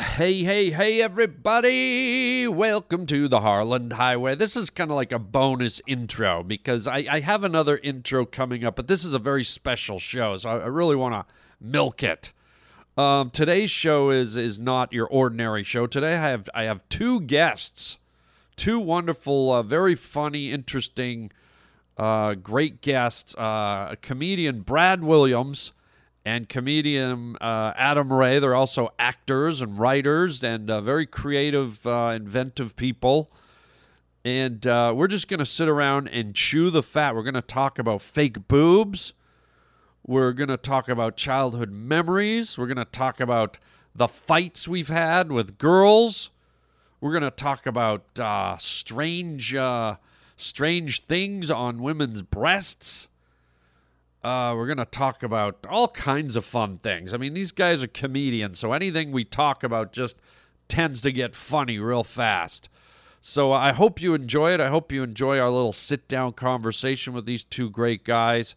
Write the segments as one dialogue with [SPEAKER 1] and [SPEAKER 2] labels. [SPEAKER 1] Hey, hey, hey, everybody! Welcome to the Harland Highway. This is kind of like a bonus intro because I, I have another intro coming up, but this is a very special show, so I, I really want to milk it. Um, today's show is is not your ordinary show. Today I have I have two guests, two wonderful, uh, very funny, interesting, uh, great guests. Uh, comedian Brad Williams and comedian uh, Adam Ray. They're also actors and writers and uh, very creative, uh, inventive people. And uh, we're just going to sit around and chew the fat. We're going to talk about fake boobs. We're going to talk about childhood memories. We're going to talk about the fights we've had with girls. We're going to talk about uh, strange, uh, strange things on women's breasts. Uh, we're going to talk about all kinds of fun things. I mean, these guys are comedians, so anything we talk about just tends to get funny real fast. So I hope you enjoy it. I hope you enjoy our little sit down conversation with these two great guys.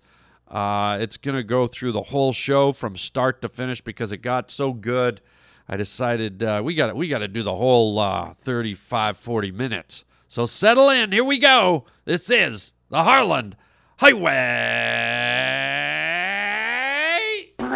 [SPEAKER 1] Uh, it's going to go through the whole show from start to finish because it got so good. I decided uh, we got we got to do the whole uh, 35 40 minutes. So settle in. Here we go. This is the Harland Highway.
[SPEAKER 2] Where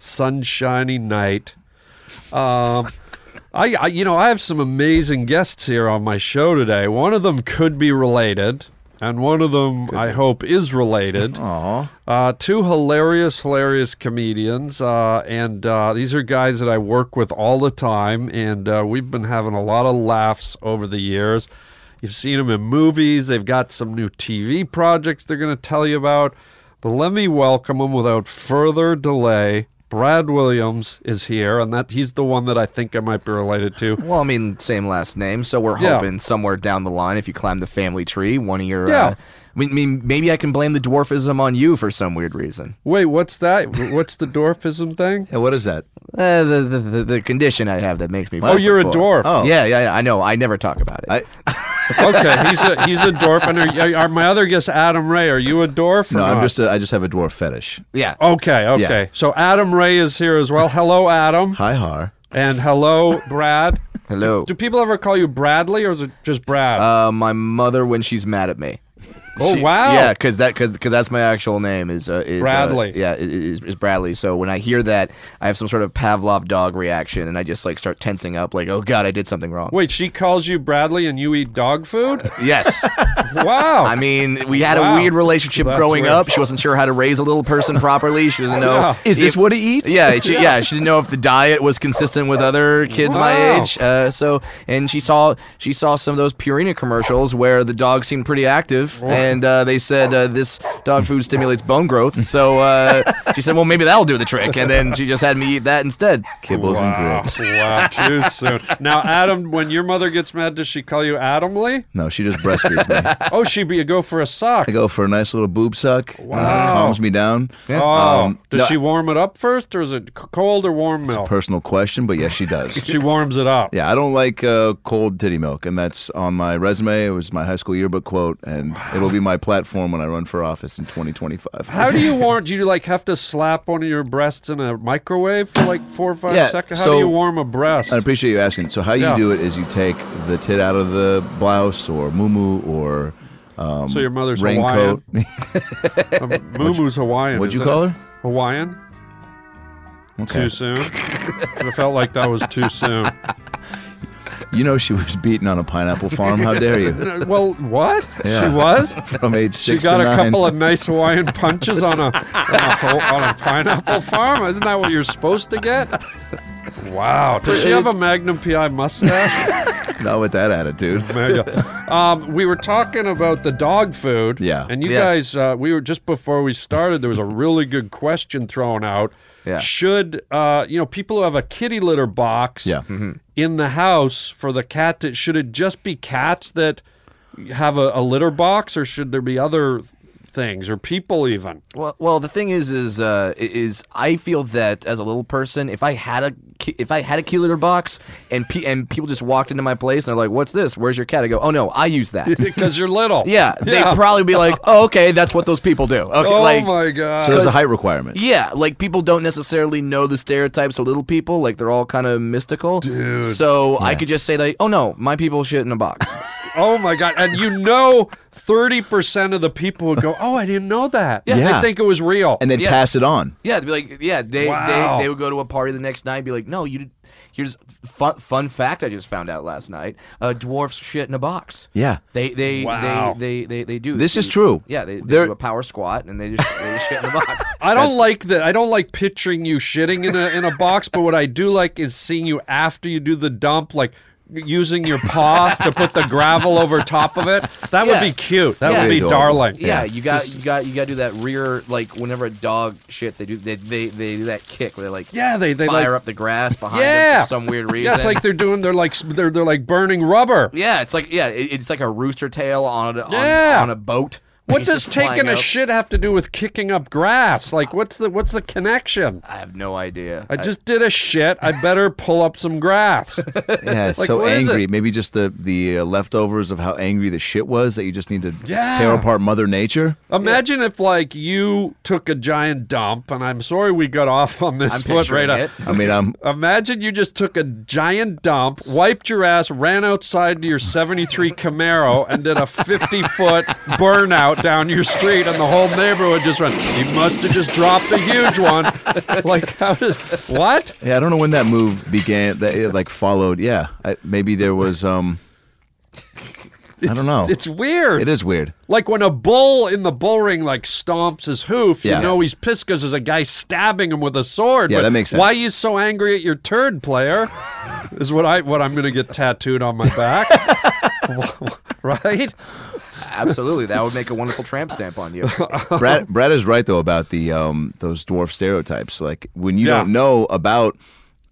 [SPEAKER 1] sunshiny night. Um, I, I, you know, I have some amazing guests here on my show today. One of them could be related, and one of them I hope is related. Uh, two hilarious, hilarious comedians, uh, and uh, these are guys that I work with all the time, and uh, we've been having a lot of laughs over the years. You've seen them in movies. They've got some new TV projects they're going to tell you about. But let me welcome them without further delay. Brad Williams is here, and that he's the one that I think I might be related to.
[SPEAKER 3] Well, I mean, same last name, so we're
[SPEAKER 1] Yeah.
[SPEAKER 3] hoping somewhere down the line, if you climb the family tree, one of your.
[SPEAKER 1] Yeah.
[SPEAKER 3] Uh, I mean- mean, maybe I can blame the dwarfism on you for some weird reason.
[SPEAKER 1] Wait, what's that? What's the dwarfism thing?
[SPEAKER 4] what is that?
[SPEAKER 3] Uh, the, the, the the condition I have that makes me.
[SPEAKER 1] Oh, you're a dwarf.
[SPEAKER 4] Oh.
[SPEAKER 3] Yeah, yeah, yeah, I know. I never talk about it.
[SPEAKER 4] I,
[SPEAKER 1] Okay, he's a he's a dwarf. And are, are my other guest Adam Ray? Are you a dwarf? Or
[SPEAKER 4] no,
[SPEAKER 1] not?
[SPEAKER 4] I'm just a, I just have a dwarf fetish.
[SPEAKER 3] yeah.
[SPEAKER 1] Okay, okay. So Adam Ray is here as well. Hello, Adam,
[SPEAKER 4] Hi har.
[SPEAKER 1] and hello, Brad.
[SPEAKER 3] Hello.
[SPEAKER 1] Do people ever call you Bradley, or is it just Brad?
[SPEAKER 3] Uh, my mother when she's mad at me.
[SPEAKER 1] oh
[SPEAKER 3] She-
[SPEAKER 1] wow!
[SPEAKER 3] Yeah, because that because that's my actual name is uh, is uh,
[SPEAKER 1] Bradley.
[SPEAKER 3] yeah, i- i- is, is Bradley. So when I hear that, I have some sort of Pavlov dog reaction, and I just like start tensing up, like, oh god, I did something wrong.
[SPEAKER 1] Wait, she calls you Bradley, and you eat dog food?
[SPEAKER 3] Yes.
[SPEAKER 1] Wow!
[SPEAKER 3] I mean, we had
[SPEAKER 1] Wow.
[SPEAKER 3] a weird relationship
[SPEAKER 1] That's
[SPEAKER 3] growing
[SPEAKER 1] weird.
[SPEAKER 3] up. She wasn't sure how to raise a little person properly. She doesn't know.
[SPEAKER 1] Yeah.
[SPEAKER 4] Is this
[SPEAKER 3] if-
[SPEAKER 4] what he eats?
[SPEAKER 3] Yeah, she, yeah. She didn't know if the diet was consistent with other kids my
[SPEAKER 1] Wow.
[SPEAKER 3] age. Uh, so, and she saw she saw some of those Purina commercials where the dog seemed pretty active, and uh, they said uh, this dog food stimulates bone growth. So uh, she said, well, maybe that'll do the trick. And then she just had me eat that instead.
[SPEAKER 4] Kibbles
[SPEAKER 1] wow!
[SPEAKER 4] and grits.
[SPEAKER 1] wow! Too soon. Now, Adam, when your mother gets mad, does she call you Adamly?
[SPEAKER 4] No, she just breastfeeds me.
[SPEAKER 1] Oh, she be go for a sock.
[SPEAKER 4] I go for a nice little boob suck. Wow.
[SPEAKER 1] Wow.
[SPEAKER 4] calms me down.
[SPEAKER 1] Oh,
[SPEAKER 4] Um,
[SPEAKER 1] does
[SPEAKER 4] no,
[SPEAKER 1] she warm it up first, or is it c- cold or warm
[SPEAKER 4] It's a
[SPEAKER 3] Oh.
[SPEAKER 1] milk?
[SPEAKER 4] personal question, but yes, she does.
[SPEAKER 1] she warms it up.
[SPEAKER 4] Yeah, I don't like uh, cold titty milk, and that's on my resume. It was my high school yearbook quote, and it'll be my platform when I run for office in 2025.
[SPEAKER 1] How do you warm? Do you like have to slap one of your breasts in a microwave for like four or five
[SPEAKER 4] Yeah,
[SPEAKER 1] seconds? How do
[SPEAKER 4] so-
[SPEAKER 1] you warm a breast?
[SPEAKER 4] I appreciate you asking. So how you
[SPEAKER 1] Yeah.
[SPEAKER 4] do it is you take the tit out of the blouse or muumuu or
[SPEAKER 1] so your mother's
[SPEAKER 4] raincoat.
[SPEAKER 1] Hawaiian. Um, Mumu's Hawaiian.
[SPEAKER 4] What'd you
[SPEAKER 1] isn't
[SPEAKER 4] call
[SPEAKER 1] it?
[SPEAKER 4] her?
[SPEAKER 1] Hawaiian. Too soon. I felt like that was too soon.
[SPEAKER 4] You know she was beaten on a pineapple farm. How dare you?
[SPEAKER 1] Uh, Well, what?
[SPEAKER 4] Yeah.
[SPEAKER 1] She was?
[SPEAKER 4] From age
[SPEAKER 1] She
[SPEAKER 4] six
[SPEAKER 1] got a
[SPEAKER 4] to nine.
[SPEAKER 1] couple of nice Hawaiian punches on a, on a, ho- on a pineapple farm? Isn't that what you're supposed to get? Wow. Does she have a Magnum PI mustache?
[SPEAKER 4] Not with that attitude.
[SPEAKER 1] Mega. um, we were talking about the dog food.
[SPEAKER 4] Yeah.
[SPEAKER 1] And you
[SPEAKER 3] Yes.
[SPEAKER 1] guys, uh, we were just before we started, there was a really good question thrown out.
[SPEAKER 3] Yeah.
[SPEAKER 1] Should, uh, you know, people who have a kitty litter box
[SPEAKER 4] Yeah. Mm-hmm.
[SPEAKER 1] in the house for the cat, to, should it just be cats that have a, a litter box or should there be other things or people even?
[SPEAKER 3] Well, well, the thing is, is, uh, i- is I feel that as a little person, if I had a, ki- if I had a key litter box, and pe- and people just walked into my place and they're like, "What's this? Where's your cat?" I go, "Oh no, I use that."
[SPEAKER 1] Because you're little.
[SPEAKER 3] yeah, they'd probably be like, "Oh, okay, that's what those people do." Okay,
[SPEAKER 1] Oh
[SPEAKER 3] like,
[SPEAKER 1] my God.
[SPEAKER 4] So there's a height requirement.
[SPEAKER 3] yeah, like people don't necessarily know the stereotypes of little people. Like they're all kind of mystical. So I could just say like, "Oh no, my people shit in a box."
[SPEAKER 1] Oh my god! And you know, thirty percent of the people would go, "Oh, I didn't know that." Yeah,
[SPEAKER 4] Yeah.
[SPEAKER 1] they think it was real.
[SPEAKER 4] And then
[SPEAKER 3] Yeah.
[SPEAKER 4] pass it on.
[SPEAKER 3] Yeah, they'd be like, yeah, they,
[SPEAKER 1] Wow.
[SPEAKER 3] they they would go to a party the next night and be like, no, you did, here's fun fun fact I just found out last night: uh, dwarfs shit in a box.
[SPEAKER 4] Yeah.
[SPEAKER 3] They they
[SPEAKER 1] Wow.
[SPEAKER 3] they, they they they do.
[SPEAKER 4] This is
[SPEAKER 3] They-
[SPEAKER 4] true.
[SPEAKER 3] Yeah, they, they
[SPEAKER 4] They're-
[SPEAKER 3] do a power squat and they just, they just shit in a box.
[SPEAKER 1] I don't like that. I don't like picturing you shitting in a in a box. But what I do like is seeing you after you do the dump, like using your paw to put the gravel over top of it. That would
[SPEAKER 3] Yeah.
[SPEAKER 1] be cute. That
[SPEAKER 3] Yeah.
[SPEAKER 1] would be
[SPEAKER 4] Adorable.
[SPEAKER 1] darling.
[SPEAKER 3] Yeah, you got you got you got to do that rear like whenever a dog shits, they do they they, they do that kick where they like
[SPEAKER 1] Yeah, they they like.
[SPEAKER 3] fire up the grass behind them
[SPEAKER 1] Yeah.
[SPEAKER 3] for some weird reason.
[SPEAKER 1] Yeah, it's like they're doing. They're like s- they're they're like burning rubber.
[SPEAKER 3] yeah, it's like yeah, it- it's like a rooster tail on a, on,
[SPEAKER 1] Yeah.
[SPEAKER 3] on a boat.
[SPEAKER 1] What
[SPEAKER 3] He's
[SPEAKER 1] does
[SPEAKER 3] just flying
[SPEAKER 1] taking a
[SPEAKER 3] up.
[SPEAKER 1] shit have to do with kicking up grass? Like, what's the what's the connection?
[SPEAKER 3] I have no idea.
[SPEAKER 1] I just did a shit. I better pull up some grass.
[SPEAKER 4] Yeah, it's
[SPEAKER 1] Like,
[SPEAKER 4] so
[SPEAKER 1] what is
[SPEAKER 4] angry.
[SPEAKER 1] it?
[SPEAKER 4] Maybe just the the uh, leftovers of how angry the shit was that you just need to
[SPEAKER 1] Yeah.
[SPEAKER 4] tear apart Mother Nature.
[SPEAKER 1] Imagine if, like, you took a giant dump, and I'm sorry we got off on this
[SPEAKER 3] I'm
[SPEAKER 1] foot
[SPEAKER 3] picturing
[SPEAKER 1] right up.
[SPEAKER 3] it.
[SPEAKER 4] I mean, I'm
[SPEAKER 1] Imagine you just took a giant dump, wiped your ass, ran outside to your 73 Camaro, and did a 50 foot burnout down your street, and the whole neighborhood just went, He must have just dropped a huge one. like, how does. What?
[SPEAKER 4] yeah, I don't know when that move began. That it, like followed. Yeah, I, maybe there was um. I don't know.
[SPEAKER 1] It's weird.
[SPEAKER 4] It is weird.
[SPEAKER 1] Like when a bull in the bull ring like stomps his hoof,
[SPEAKER 4] Yeah.
[SPEAKER 1] you know he's pissed because there's a guy stabbing him with a sword.
[SPEAKER 4] Yeah,
[SPEAKER 1] but
[SPEAKER 4] that makes sense.
[SPEAKER 1] Why are you so angry at your turd player? is what I what I'm gonna get tattooed on my back. right?
[SPEAKER 3] Absolutely, that would make a wonderful tramp stamp on you.
[SPEAKER 4] Brad, Brad is right though about the um those dwarf stereotypes. Like when you
[SPEAKER 1] Yeah.
[SPEAKER 4] don't know about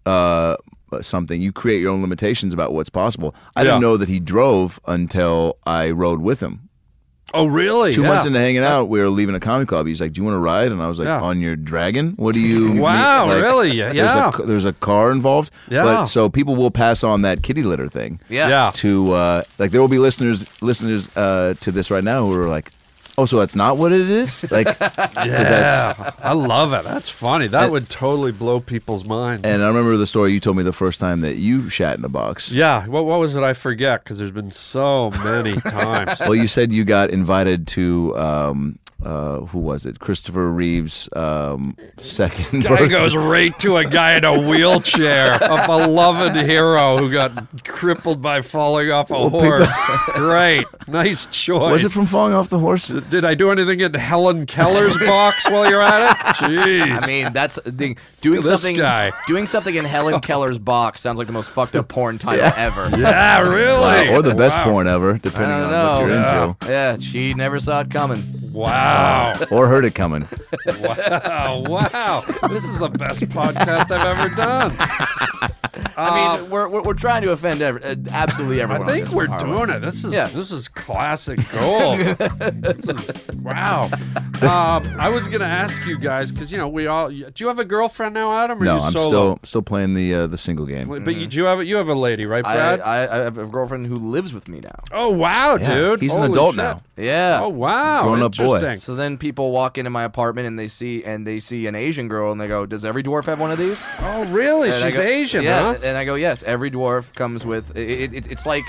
[SPEAKER 4] uh something, you create your own limitations about what's possible. I
[SPEAKER 1] Yeah.
[SPEAKER 4] didn't know that he drove until I rode with him.
[SPEAKER 1] Oh really?
[SPEAKER 4] Two
[SPEAKER 1] Yeah.
[SPEAKER 4] months into hanging out, we were leaving a comedy club. He's like, "Do you want to ride?" And I was like,
[SPEAKER 1] Yeah.
[SPEAKER 4] "On your dragon? What do you?" mean?"
[SPEAKER 1] Wow,
[SPEAKER 4] Like,
[SPEAKER 1] really? Yeah.
[SPEAKER 4] There's a, ca- there's a car involved.
[SPEAKER 1] Yeah.
[SPEAKER 4] But so people will pass on that kitty litter thing.
[SPEAKER 3] Yeah.
[SPEAKER 1] Yeah.
[SPEAKER 4] To uh, like, there will be listeners listeners uh, to this right now who are like, "Oh, so that's not what it is?" Like,
[SPEAKER 1] Yeah. I love it. That's funny. That would totally blow people's minds.
[SPEAKER 4] and I remember the story you told me the first time that you shat in a box.
[SPEAKER 1] yeah, what, what was it? I forget because there's been so many times.
[SPEAKER 4] Well, you said you got invited to. Um, uh, who was it? Christopher Reeves' um, second
[SPEAKER 1] guy
[SPEAKER 4] birthday-
[SPEAKER 1] goes right to a guy in a wheelchair, a beloved hero who got crippled by falling off a horse. Great, nice choice.
[SPEAKER 4] Was it from falling off the horse?
[SPEAKER 1] Did I do anything in Helen Keller's box while you're at it? Jeez.
[SPEAKER 3] I mean, that's the thing. Doing
[SPEAKER 1] This
[SPEAKER 3] something,
[SPEAKER 1] guy.
[SPEAKER 3] doing something in Helen Keller's box sounds like the most fucked up porn title ever.
[SPEAKER 1] yeah, Ah, really.
[SPEAKER 4] Wow, or the best
[SPEAKER 1] wow.
[SPEAKER 4] porn ever, depending
[SPEAKER 3] I
[SPEAKER 4] on
[SPEAKER 3] don't
[SPEAKER 4] what you're
[SPEAKER 3] know. Yeah, she never saw it coming.
[SPEAKER 1] Wow,
[SPEAKER 4] into, or heard it coming.
[SPEAKER 1] wow, wow! This is the best podcast I've ever done.
[SPEAKER 3] I mean, we're, we're, we're trying to offend every, uh, absolutely everyone.
[SPEAKER 1] Uh, I
[SPEAKER 3] on
[SPEAKER 1] think
[SPEAKER 3] this
[SPEAKER 1] we're
[SPEAKER 3] one, Harlan.
[SPEAKER 1] doing it. This is
[SPEAKER 3] Yeah.
[SPEAKER 1] this is classic gold. this is, wow. Um, I was gonna ask you guys because you know we all. Do you have a girlfriend now, Adam? Or
[SPEAKER 4] No,
[SPEAKER 1] you
[SPEAKER 4] I'm
[SPEAKER 1] solo?
[SPEAKER 4] still still playing the uh, the single game.
[SPEAKER 1] But you, do you have a, you have a lady, right,
[SPEAKER 3] I,
[SPEAKER 1] Brad?
[SPEAKER 3] I, I have a girlfriend who lives with me now.
[SPEAKER 1] oh wow,
[SPEAKER 4] Yeah,
[SPEAKER 1] dude.
[SPEAKER 4] he's an
[SPEAKER 1] Holy
[SPEAKER 4] adult
[SPEAKER 1] shit.
[SPEAKER 4] now.
[SPEAKER 3] Yeah.
[SPEAKER 1] Oh wow,
[SPEAKER 4] Grown-up boy.
[SPEAKER 1] interesting.
[SPEAKER 3] So then people walk into my apartment and they see and they see an Asian girl and they go, "Does every dwarf have one of these?"
[SPEAKER 1] Oh really?
[SPEAKER 3] And I
[SPEAKER 1] She's
[SPEAKER 3] go-
[SPEAKER 1] Asian, huh?
[SPEAKER 3] yeah, And I go, yes, every dwarf comes with. It, it, it, it's like,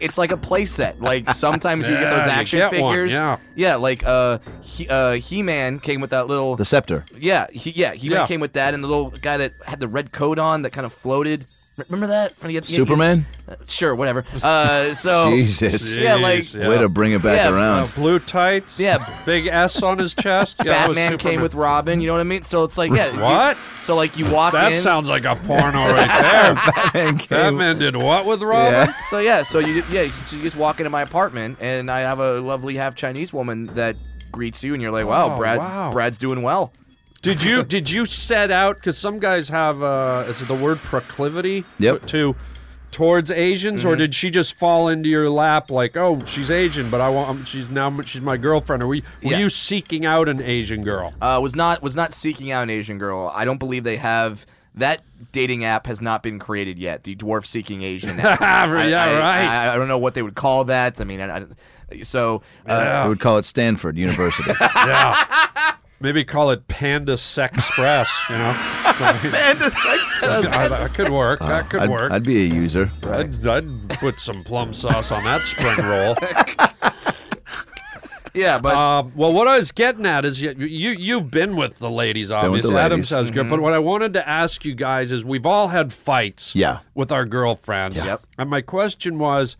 [SPEAKER 3] it's like a play set. Like sometimes you get
[SPEAKER 1] Yeah,
[SPEAKER 3] those
[SPEAKER 1] you
[SPEAKER 3] action
[SPEAKER 1] get one,
[SPEAKER 3] figures.
[SPEAKER 1] yeah.
[SPEAKER 3] yeah, like uh, he, uh, He-Man came with that little.
[SPEAKER 4] The scepter.
[SPEAKER 3] yeah, he, yeah, He-Man
[SPEAKER 1] Yeah.
[SPEAKER 3] came with that, and the little guy that had the red coat on that kind of floated. Remember that? When you get- you- you-
[SPEAKER 4] Superman?
[SPEAKER 3] sure, whatever. Uh, so
[SPEAKER 4] Jesus.
[SPEAKER 3] yeah, like
[SPEAKER 1] Jeez, Oh, yeah.
[SPEAKER 4] Way to bring it back
[SPEAKER 3] Yeah,
[SPEAKER 1] Uh,
[SPEAKER 4] around.
[SPEAKER 1] blue tights.
[SPEAKER 3] Yeah.
[SPEAKER 1] Big S on his chest. Yeah, that was
[SPEAKER 3] Batman came
[SPEAKER 1] Superman.
[SPEAKER 3] with Robin. You know what I mean? So it's like yeah. you-
[SPEAKER 1] What?
[SPEAKER 3] so like you walk
[SPEAKER 1] That
[SPEAKER 3] in.
[SPEAKER 1] sounds like a porno right there. Batman did what with Robin?
[SPEAKER 4] Yeah.
[SPEAKER 3] so yeah, so you yeah, so you just walk into my apartment and I have a lovely half Chinese woman that greets you and you're like, wow,
[SPEAKER 1] Oh,
[SPEAKER 3] Brad,
[SPEAKER 1] wow.
[SPEAKER 3] Brad's doing well.
[SPEAKER 1] Did you did you set out? Because some guys have uh, is it the word proclivity
[SPEAKER 4] Yep.
[SPEAKER 1] to towards Asians,
[SPEAKER 3] Mm-hmm.
[SPEAKER 1] or did she just fall into your lap like, oh, she's Asian, but I want um, she's now m- she's my girlfriend? Or were, you- were
[SPEAKER 3] Yeah.
[SPEAKER 1] you seeking out an Asian girl?
[SPEAKER 3] Uh, was not was not seeking out an Asian girl. I don't believe they have that dating app has not been created yet. The dwarf seeking Asian. app. I-
[SPEAKER 1] yeah,
[SPEAKER 3] I,
[SPEAKER 1] right.
[SPEAKER 3] I, I don't know what they would call that. I mean, I, I- so uh,
[SPEAKER 4] I would call it Stanford University.
[SPEAKER 1] yeah. Maybe call it Panda Sex Express. You know, I, that could work. that could
[SPEAKER 4] I'd,
[SPEAKER 1] work.
[SPEAKER 4] I'd be a user.
[SPEAKER 1] I'd, I'd put some plum sauce on that spring roll.
[SPEAKER 3] yeah, but
[SPEAKER 1] Um, well, what I was getting at is you, you you've been with the ladies,
[SPEAKER 4] with
[SPEAKER 1] obviously.
[SPEAKER 4] the
[SPEAKER 1] Adam
[SPEAKER 4] ladies.
[SPEAKER 1] sounds good, but what I wanted to ask you guys is we've all had fights,
[SPEAKER 4] Yeah.
[SPEAKER 1] with our girlfriends.
[SPEAKER 3] Yep.
[SPEAKER 1] And my question was,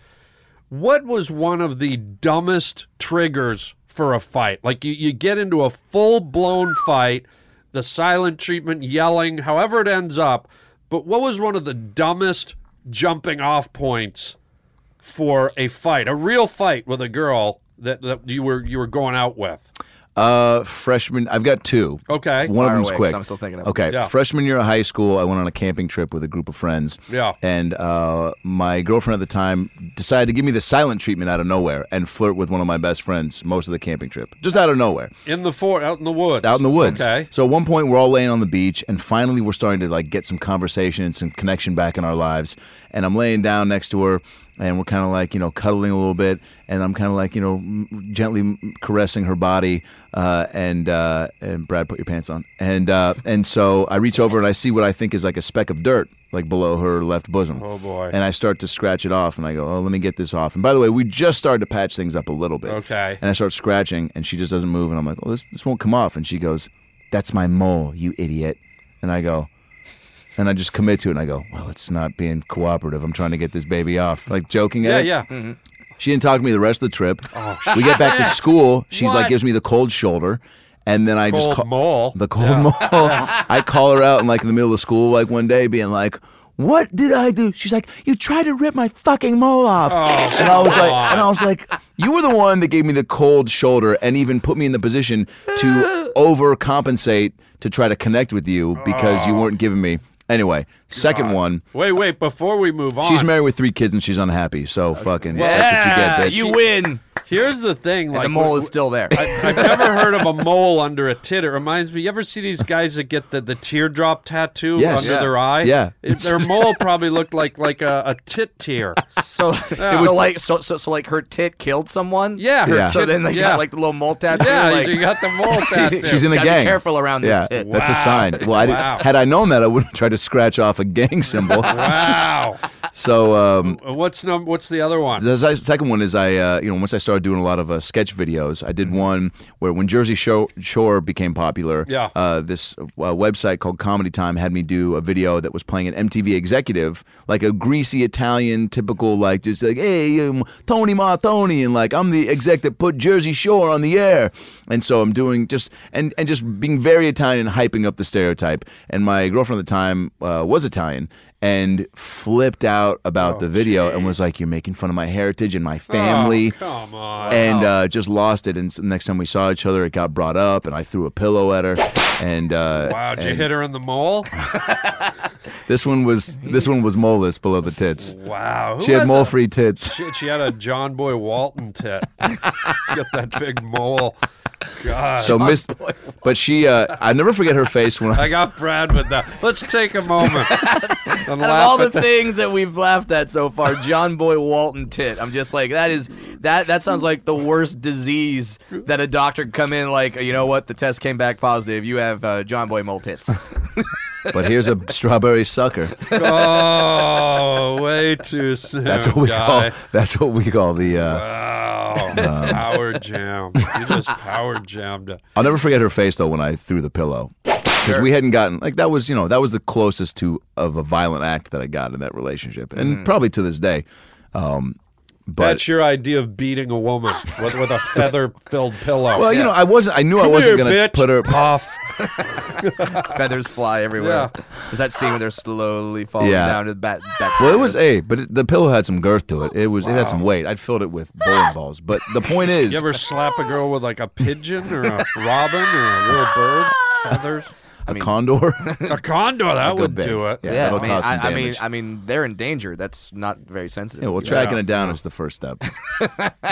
[SPEAKER 1] what was one of the dumbest triggers for a fight? Like you, you get into a full blown fight, the silent treatment, yelling, however it ends up. But what was one of the dumbest jumping off points for a fight, a real fight with a girl that, that you were you were going out with?
[SPEAKER 4] Uh, freshman, I've got two.
[SPEAKER 1] Okay.
[SPEAKER 4] One of
[SPEAKER 3] Fire
[SPEAKER 4] them's
[SPEAKER 3] away, 'cause
[SPEAKER 4] quick.
[SPEAKER 3] I'm still thinking of it.
[SPEAKER 4] Okay.
[SPEAKER 1] Yeah.
[SPEAKER 4] Freshman year of high school, I went on a camping trip with a group of friends.
[SPEAKER 1] Yeah.
[SPEAKER 4] And uh, my girlfriend at the time decided to give me the silent treatment out of nowhere and flirt with one of my best friends most of the camping trip, just out of nowhere.
[SPEAKER 1] In the fort, out in the woods.
[SPEAKER 4] out in the woods.
[SPEAKER 1] Okay.
[SPEAKER 4] So at one point we're all laying on the beach, and finally we're starting to like get some conversation and some connection back in our lives. And I'm laying down next to her, and we're kind of like you know cuddling a little bit, and I'm kind of like you know m- gently m- caressing her body. Uh, and uh, and Brad, put your pants on. And uh, and so I reach over and I see what I think is like a speck of dirt. Like below her left bosom.
[SPEAKER 1] Oh, boy.
[SPEAKER 4] And I start to scratch it off, and I go, "Oh, let me get this off." And by the way, we just started to patch things up a little bit.
[SPEAKER 1] Okay.
[SPEAKER 4] And I start scratching, and she just doesn't move. And I'm like, well, this, this won't come off. And she goes, that's my mole, you idiot. And I go, and I just commit to it. And I go, well, it's not being cooperative. I'm trying to get this baby off. Like joking at
[SPEAKER 1] Yeah,
[SPEAKER 4] it.
[SPEAKER 1] yeah. Oh,
[SPEAKER 4] She didn't talk to me the rest of the trip. we get back to school. She's
[SPEAKER 1] What?
[SPEAKER 4] like, gives me the cold shoulder. And then I just
[SPEAKER 1] Old
[SPEAKER 4] call
[SPEAKER 1] mole.
[SPEAKER 4] the cold mole. I call her out in like in the middle of school, like one day, being like, "What did I do?" She's like, "You tried to rip my fucking mole off," and I was
[SPEAKER 1] come
[SPEAKER 4] like,
[SPEAKER 1] on.
[SPEAKER 4] "And I was like, you were the one that gave me the cold shoulder and even put me in the position to overcompensate to try to connect with you because
[SPEAKER 1] Oh.
[SPEAKER 4] you weren't giving me." Anyway, second one,
[SPEAKER 1] Wait, wait. Before we move on,
[SPEAKER 4] she's married with three kids and she's unhappy, so fucking that's
[SPEAKER 1] yeah,
[SPEAKER 4] what you get, bitch.
[SPEAKER 3] you win.
[SPEAKER 1] here's the thing. Like
[SPEAKER 3] the mole
[SPEAKER 1] we-
[SPEAKER 3] is still there.
[SPEAKER 1] I've never heard of a mole under a tit. It reminds me. You ever see these guys that get the, the teardrop tattoo
[SPEAKER 4] Yes.
[SPEAKER 1] under
[SPEAKER 4] Yeah.
[SPEAKER 1] their eye?
[SPEAKER 4] Yeah.
[SPEAKER 1] It- their mole probably looked like like a, a tit tear.
[SPEAKER 3] So it was like so, so so like her tit killed someone.
[SPEAKER 1] Yeah, her
[SPEAKER 4] Yeah.
[SPEAKER 3] So
[SPEAKER 1] tit-
[SPEAKER 3] then they
[SPEAKER 1] yeah.
[SPEAKER 3] got like the little mole tattoo.
[SPEAKER 1] Yeah,
[SPEAKER 3] like,
[SPEAKER 1] you got the mole tattoo.
[SPEAKER 4] She's in a
[SPEAKER 3] gotta be
[SPEAKER 4] gang.
[SPEAKER 3] careful around this
[SPEAKER 4] yeah,
[SPEAKER 3] tit.
[SPEAKER 4] that's a
[SPEAKER 1] Wow.
[SPEAKER 4] sign. Well, I didn't-
[SPEAKER 1] Wow.
[SPEAKER 4] had I known that, I wouldn't try to scratch off a gang symbol.
[SPEAKER 1] wow.
[SPEAKER 4] So um,
[SPEAKER 1] What's num? What's the other one?
[SPEAKER 4] The si- second one is I, uh, you know, once I started doing a lot of uh, sketch videos, I did one where when Jersey Shore, Shore became popular,
[SPEAKER 1] Yeah.
[SPEAKER 4] uh, this uh, website called Comedy Time had me do a video that was playing an MTV executive, like a greasy Italian, typical, like just like, hey, um, Tony Martoni, and like I'm the exec that put Jersey Shore on the air, and so I'm doing just and and just being very Italian, and hyping up the stereotype. And my girlfriend at the time uh, was Italian and flipped out about the video and was like, "You're making fun of my heritage and my family."
[SPEAKER 1] Come on.
[SPEAKER 4] and uh, just lost it. And s- next time we saw each other, it got brought up, and I threw a pillow at her. And uh,
[SPEAKER 1] Wow, did you
[SPEAKER 4] and
[SPEAKER 1] hit her in the mole?
[SPEAKER 4] This one was this one was moleless below the tits.
[SPEAKER 1] Wow. Who
[SPEAKER 4] She had
[SPEAKER 1] has
[SPEAKER 4] mole
[SPEAKER 1] a-
[SPEAKER 4] free tits.
[SPEAKER 1] Shit, she had a John Boy Walton tit. Get that big mole. God.
[SPEAKER 4] So miss, but she uh, I never forget her face when I,
[SPEAKER 1] I got Brad with that. Let's take a moment. And
[SPEAKER 3] Out of
[SPEAKER 1] laugh
[SPEAKER 3] all the
[SPEAKER 1] at that.
[SPEAKER 3] things that we've laughed at so far, John Boy Walton tit. I'm just like that is that that sounds like the worst disease that a doctor could come in like you know what the test came back positive. You have uh, John Boy mole tits.
[SPEAKER 4] But here's a strawberry sucker.
[SPEAKER 1] Oh, way too soon.
[SPEAKER 4] That's what we
[SPEAKER 1] guy.
[SPEAKER 4] call that's what we call the. Uh,
[SPEAKER 1] Oh, Wow. power jam. You just power jammed. it.
[SPEAKER 4] I'll never forget her face though when I threw the pillow. She because
[SPEAKER 1] Sure.
[SPEAKER 4] we hadn't gotten like that was you know that was the closest to of a violent act that I got in that relationship,
[SPEAKER 1] Mm.
[SPEAKER 4] and probably to this day. Um, but
[SPEAKER 1] That's your idea of beating a woman with, with a feather-filled pillow.
[SPEAKER 4] well, you know, I wasn't. I knew I
[SPEAKER 1] Come
[SPEAKER 4] wasn't
[SPEAKER 1] here,
[SPEAKER 4] gonna
[SPEAKER 1] bitch.
[SPEAKER 4] put her.
[SPEAKER 1] off.
[SPEAKER 3] Feathers fly everywhere.
[SPEAKER 1] Yeah.
[SPEAKER 3] There's that scene where they're slowly falling
[SPEAKER 4] Yeah.
[SPEAKER 3] down to the back. back
[SPEAKER 4] Well, it was a, but it, the pillow had some girth to it. It was, it had some weight. I filled it with bowling balls. But the point is,
[SPEAKER 1] You ever slap a girl with like a pigeon or a robin or a little bird? Feathers?
[SPEAKER 4] a condor.
[SPEAKER 1] A condor, that
[SPEAKER 4] Go
[SPEAKER 1] would
[SPEAKER 4] big.
[SPEAKER 1] do it.
[SPEAKER 4] Yeah,
[SPEAKER 3] Yeah,
[SPEAKER 4] that'll
[SPEAKER 3] I mean,
[SPEAKER 4] cause some
[SPEAKER 3] I, I mean,
[SPEAKER 4] damage.
[SPEAKER 3] I mean, they're in danger. That's not very sensitive.
[SPEAKER 4] Yeah, well, tracking it down is the first step.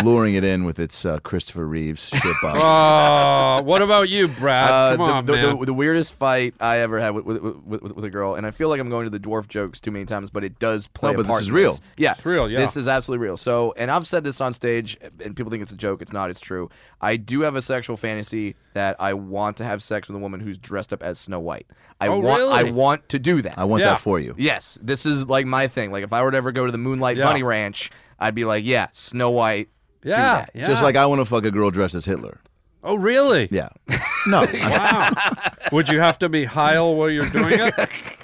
[SPEAKER 4] Luring it in with its uh, Christopher Reeves shit box.
[SPEAKER 1] Oh, what about you, Brad?
[SPEAKER 3] Uh,
[SPEAKER 1] Come on,
[SPEAKER 3] the, the,
[SPEAKER 1] man.
[SPEAKER 3] the, the weirdest fight I ever had with, with, with, with- with a girl, and I feel like I'm going to the dwarf jokes too many times, but it does play. a
[SPEAKER 4] No, but this
[SPEAKER 3] part
[SPEAKER 4] is
[SPEAKER 3] in
[SPEAKER 4] real.
[SPEAKER 3] Yeah,
[SPEAKER 1] It's real, yeah.
[SPEAKER 3] This is absolutely real. So, and I've said this on stage, and people think it's a joke. It's not. It's true. I do have a sexual fantasy that I want to have sex with a woman who's dressed up as Snow White. I
[SPEAKER 1] Oh,
[SPEAKER 3] want. I
[SPEAKER 1] really?
[SPEAKER 3] want to do that.
[SPEAKER 4] I want
[SPEAKER 1] Yeah.
[SPEAKER 4] that for you.
[SPEAKER 3] Yes, this is like my thing. Like if I were to ever go to the Moonlight
[SPEAKER 1] Yeah.
[SPEAKER 3] Bunny Ranch, I'd be like, yeah, Snow White.
[SPEAKER 1] yeah, yeah.
[SPEAKER 4] Just like I want to fuck a girl dressed as Hitler.
[SPEAKER 1] Oh, really?
[SPEAKER 4] Yeah. No.
[SPEAKER 1] Wow. would you have to be Heil while you're doing it?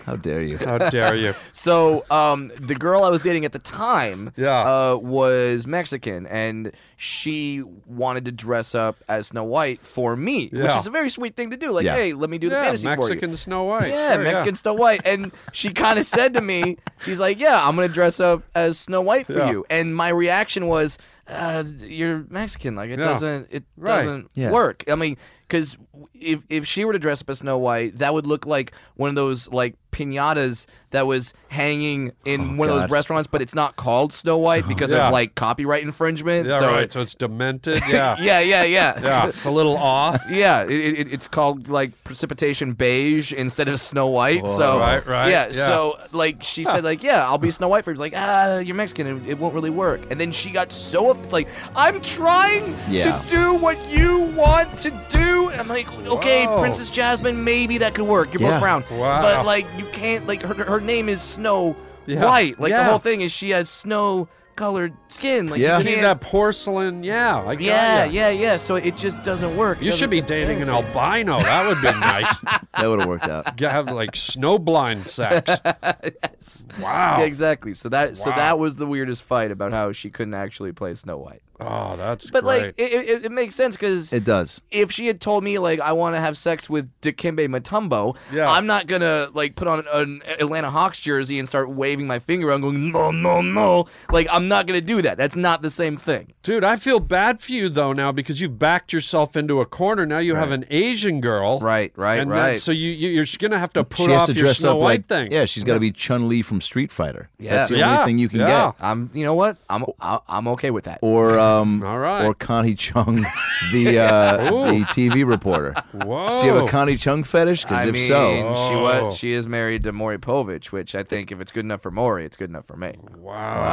[SPEAKER 4] How dare you?
[SPEAKER 1] How dare you?
[SPEAKER 3] So um, the girl I was dating at the time
[SPEAKER 1] Yeah.
[SPEAKER 3] uh, was Mexican, and she wanted to dress up as Snow White for me, which
[SPEAKER 1] Yeah.
[SPEAKER 3] is a very sweet thing to do. Like,
[SPEAKER 4] Yeah.
[SPEAKER 3] hey, let me do the
[SPEAKER 1] yeah,
[SPEAKER 3] fantasy for you.
[SPEAKER 1] Mexican Snow White.
[SPEAKER 3] Yeah,
[SPEAKER 1] Sure,
[SPEAKER 3] Mexican Snow White. And she kind of said to me, she's like, yeah, I'm going to dress up as Snow White for
[SPEAKER 1] Yeah.
[SPEAKER 3] you. And my reaction was, uh, you're Mexican. Like, it
[SPEAKER 1] Yeah.
[SPEAKER 3] doesn't it
[SPEAKER 1] Right.
[SPEAKER 3] doesn't
[SPEAKER 4] Yeah.
[SPEAKER 3] work. I mean, because if, if she were to dress up as Snow White, that would look like one of those, like, pinatas that was hanging in one of those
[SPEAKER 4] Oh, God. Uh-huh.
[SPEAKER 3] restaurants, but it's not called Snow White because
[SPEAKER 1] Yeah.
[SPEAKER 3] of, like, copyright infringement.
[SPEAKER 1] Yeah,
[SPEAKER 3] so
[SPEAKER 1] right. So it's demented. Yeah.
[SPEAKER 3] Yeah, yeah, yeah.
[SPEAKER 1] yeah. It's a little off.
[SPEAKER 3] Yeah, it, it, it's called like precipitation beige instead of Snow White. so
[SPEAKER 1] Right, right,
[SPEAKER 3] Yeah,
[SPEAKER 1] yeah.
[SPEAKER 3] so like she said, like yeah, I'll be Snow White for you. She's Like ah, you're Mexican, it, it won't really work. And then she got so up- like, I'm trying
[SPEAKER 4] Yeah.
[SPEAKER 3] to do what you want to do. And I'm like, okay,
[SPEAKER 1] Whoa.
[SPEAKER 3] Princess Jasmine, maybe that could work. You're
[SPEAKER 4] Yeah.
[SPEAKER 3] both brown,
[SPEAKER 1] Wow.
[SPEAKER 3] but like you can't like her her name is Snow
[SPEAKER 1] Yeah.
[SPEAKER 3] White. Like the
[SPEAKER 1] Yeah.
[SPEAKER 3] whole thing is she has snow colored skin. Like you
[SPEAKER 4] Yeah.
[SPEAKER 1] You need that
[SPEAKER 3] can't.
[SPEAKER 1] porcelain. Yeah. I got
[SPEAKER 3] yeah,
[SPEAKER 1] ya.
[SPEAKER 3] yeah, yeah. So it just doesn't work. It
[SPEAKER 1] You should
[SPEAKER 3] doesn't
[SPEAKER 1] be dating an
[SPEAKER 3] fantasy.
[SPEAKER 1] albino. That would be nice.
[SPEAKER 4] That would have worked out.
[SPEAKER 1] You have like snowblind sex. Wow.
[SPEAKER 3] Yeah, exactly. So that so
[SPEAKER 1] Wow.
[SPEAKER 3] that was the weirdest fight about how she couldn't actually play Snow White.
[SPEAKER 1] Oh, that's
[SPEAKER 3] But
[SPEAKER 1] great.
[SPEAKER 3] like it, it, it makes sense because
[SPEAKER 4] It does.
[SPEAKER 3] if she had told me like I want to have sex with Dikembe Mutombo,
[SPEAKER 1] Yeah.
[SPEAKER 3] I'm not gonna like put on an Atlanta Hawks jersey and start waving my finger around going no no no. Like I'm not gonna do that. That's not the same thing.
[SPEAKER 1] Dude, I feel bad for you though now because you've backed yourself into a corner. Now you have an Asian girl,
[SPEAKER 3] Right, right,
[SPEAKER 1] and then-
[SPEAKER 3] right.
[SPEAKER 1] so you, you you're just gonna have to put
[SPEAKER 4] she
[SPEAKER 1] off
[SPEAKER 4] has to
[SPEAKER 1] your
[SPEAKER 4] dress
[SPEAKER 1] Snow
[SPEAKER 4] up
[SPEAKER 1] White
[SPEAKER 4] like
[SPEAKER 1] thing.
[SPEAKER 4] Yeah, she's got to be Chun Li from Street Fighter.
[SPEAKER 3] Yeah.
[SPEAKER 4] That's the
[SPEAKER 1] Yeah,
[SPEAKER 4] only thing you can
[SPEAKER 1] yeah.
[SPEAKER 4] get.
[SPEAKER 3] I'm you know what? I'm I- I'm okay with that.
[SPEAKER 4] Or um,
[SPEAKER 1] All right.
[SPEAKER 4] or Connie Chung, the uh,
[SPEAKER 1] Ooh. Oh.
[SPEAKER 4] the TV reporter.
[SPEAKER 1] Whoa.
[SPEAKER 4] Do you have a Connie Chung fetish? Because
[SPEAKER 3] I
[SPEAKER 4] if
[SPEAKER 3] mean,
[SPEAKER 4] so,
[SPEAKER 3] she
[SPEAKER 1] Oh.
[SPEAKER 3] was she is married to Maury Povich, which I think if it's good enough for Maury, it's good enough for me.
[SPEAKER 4] wow,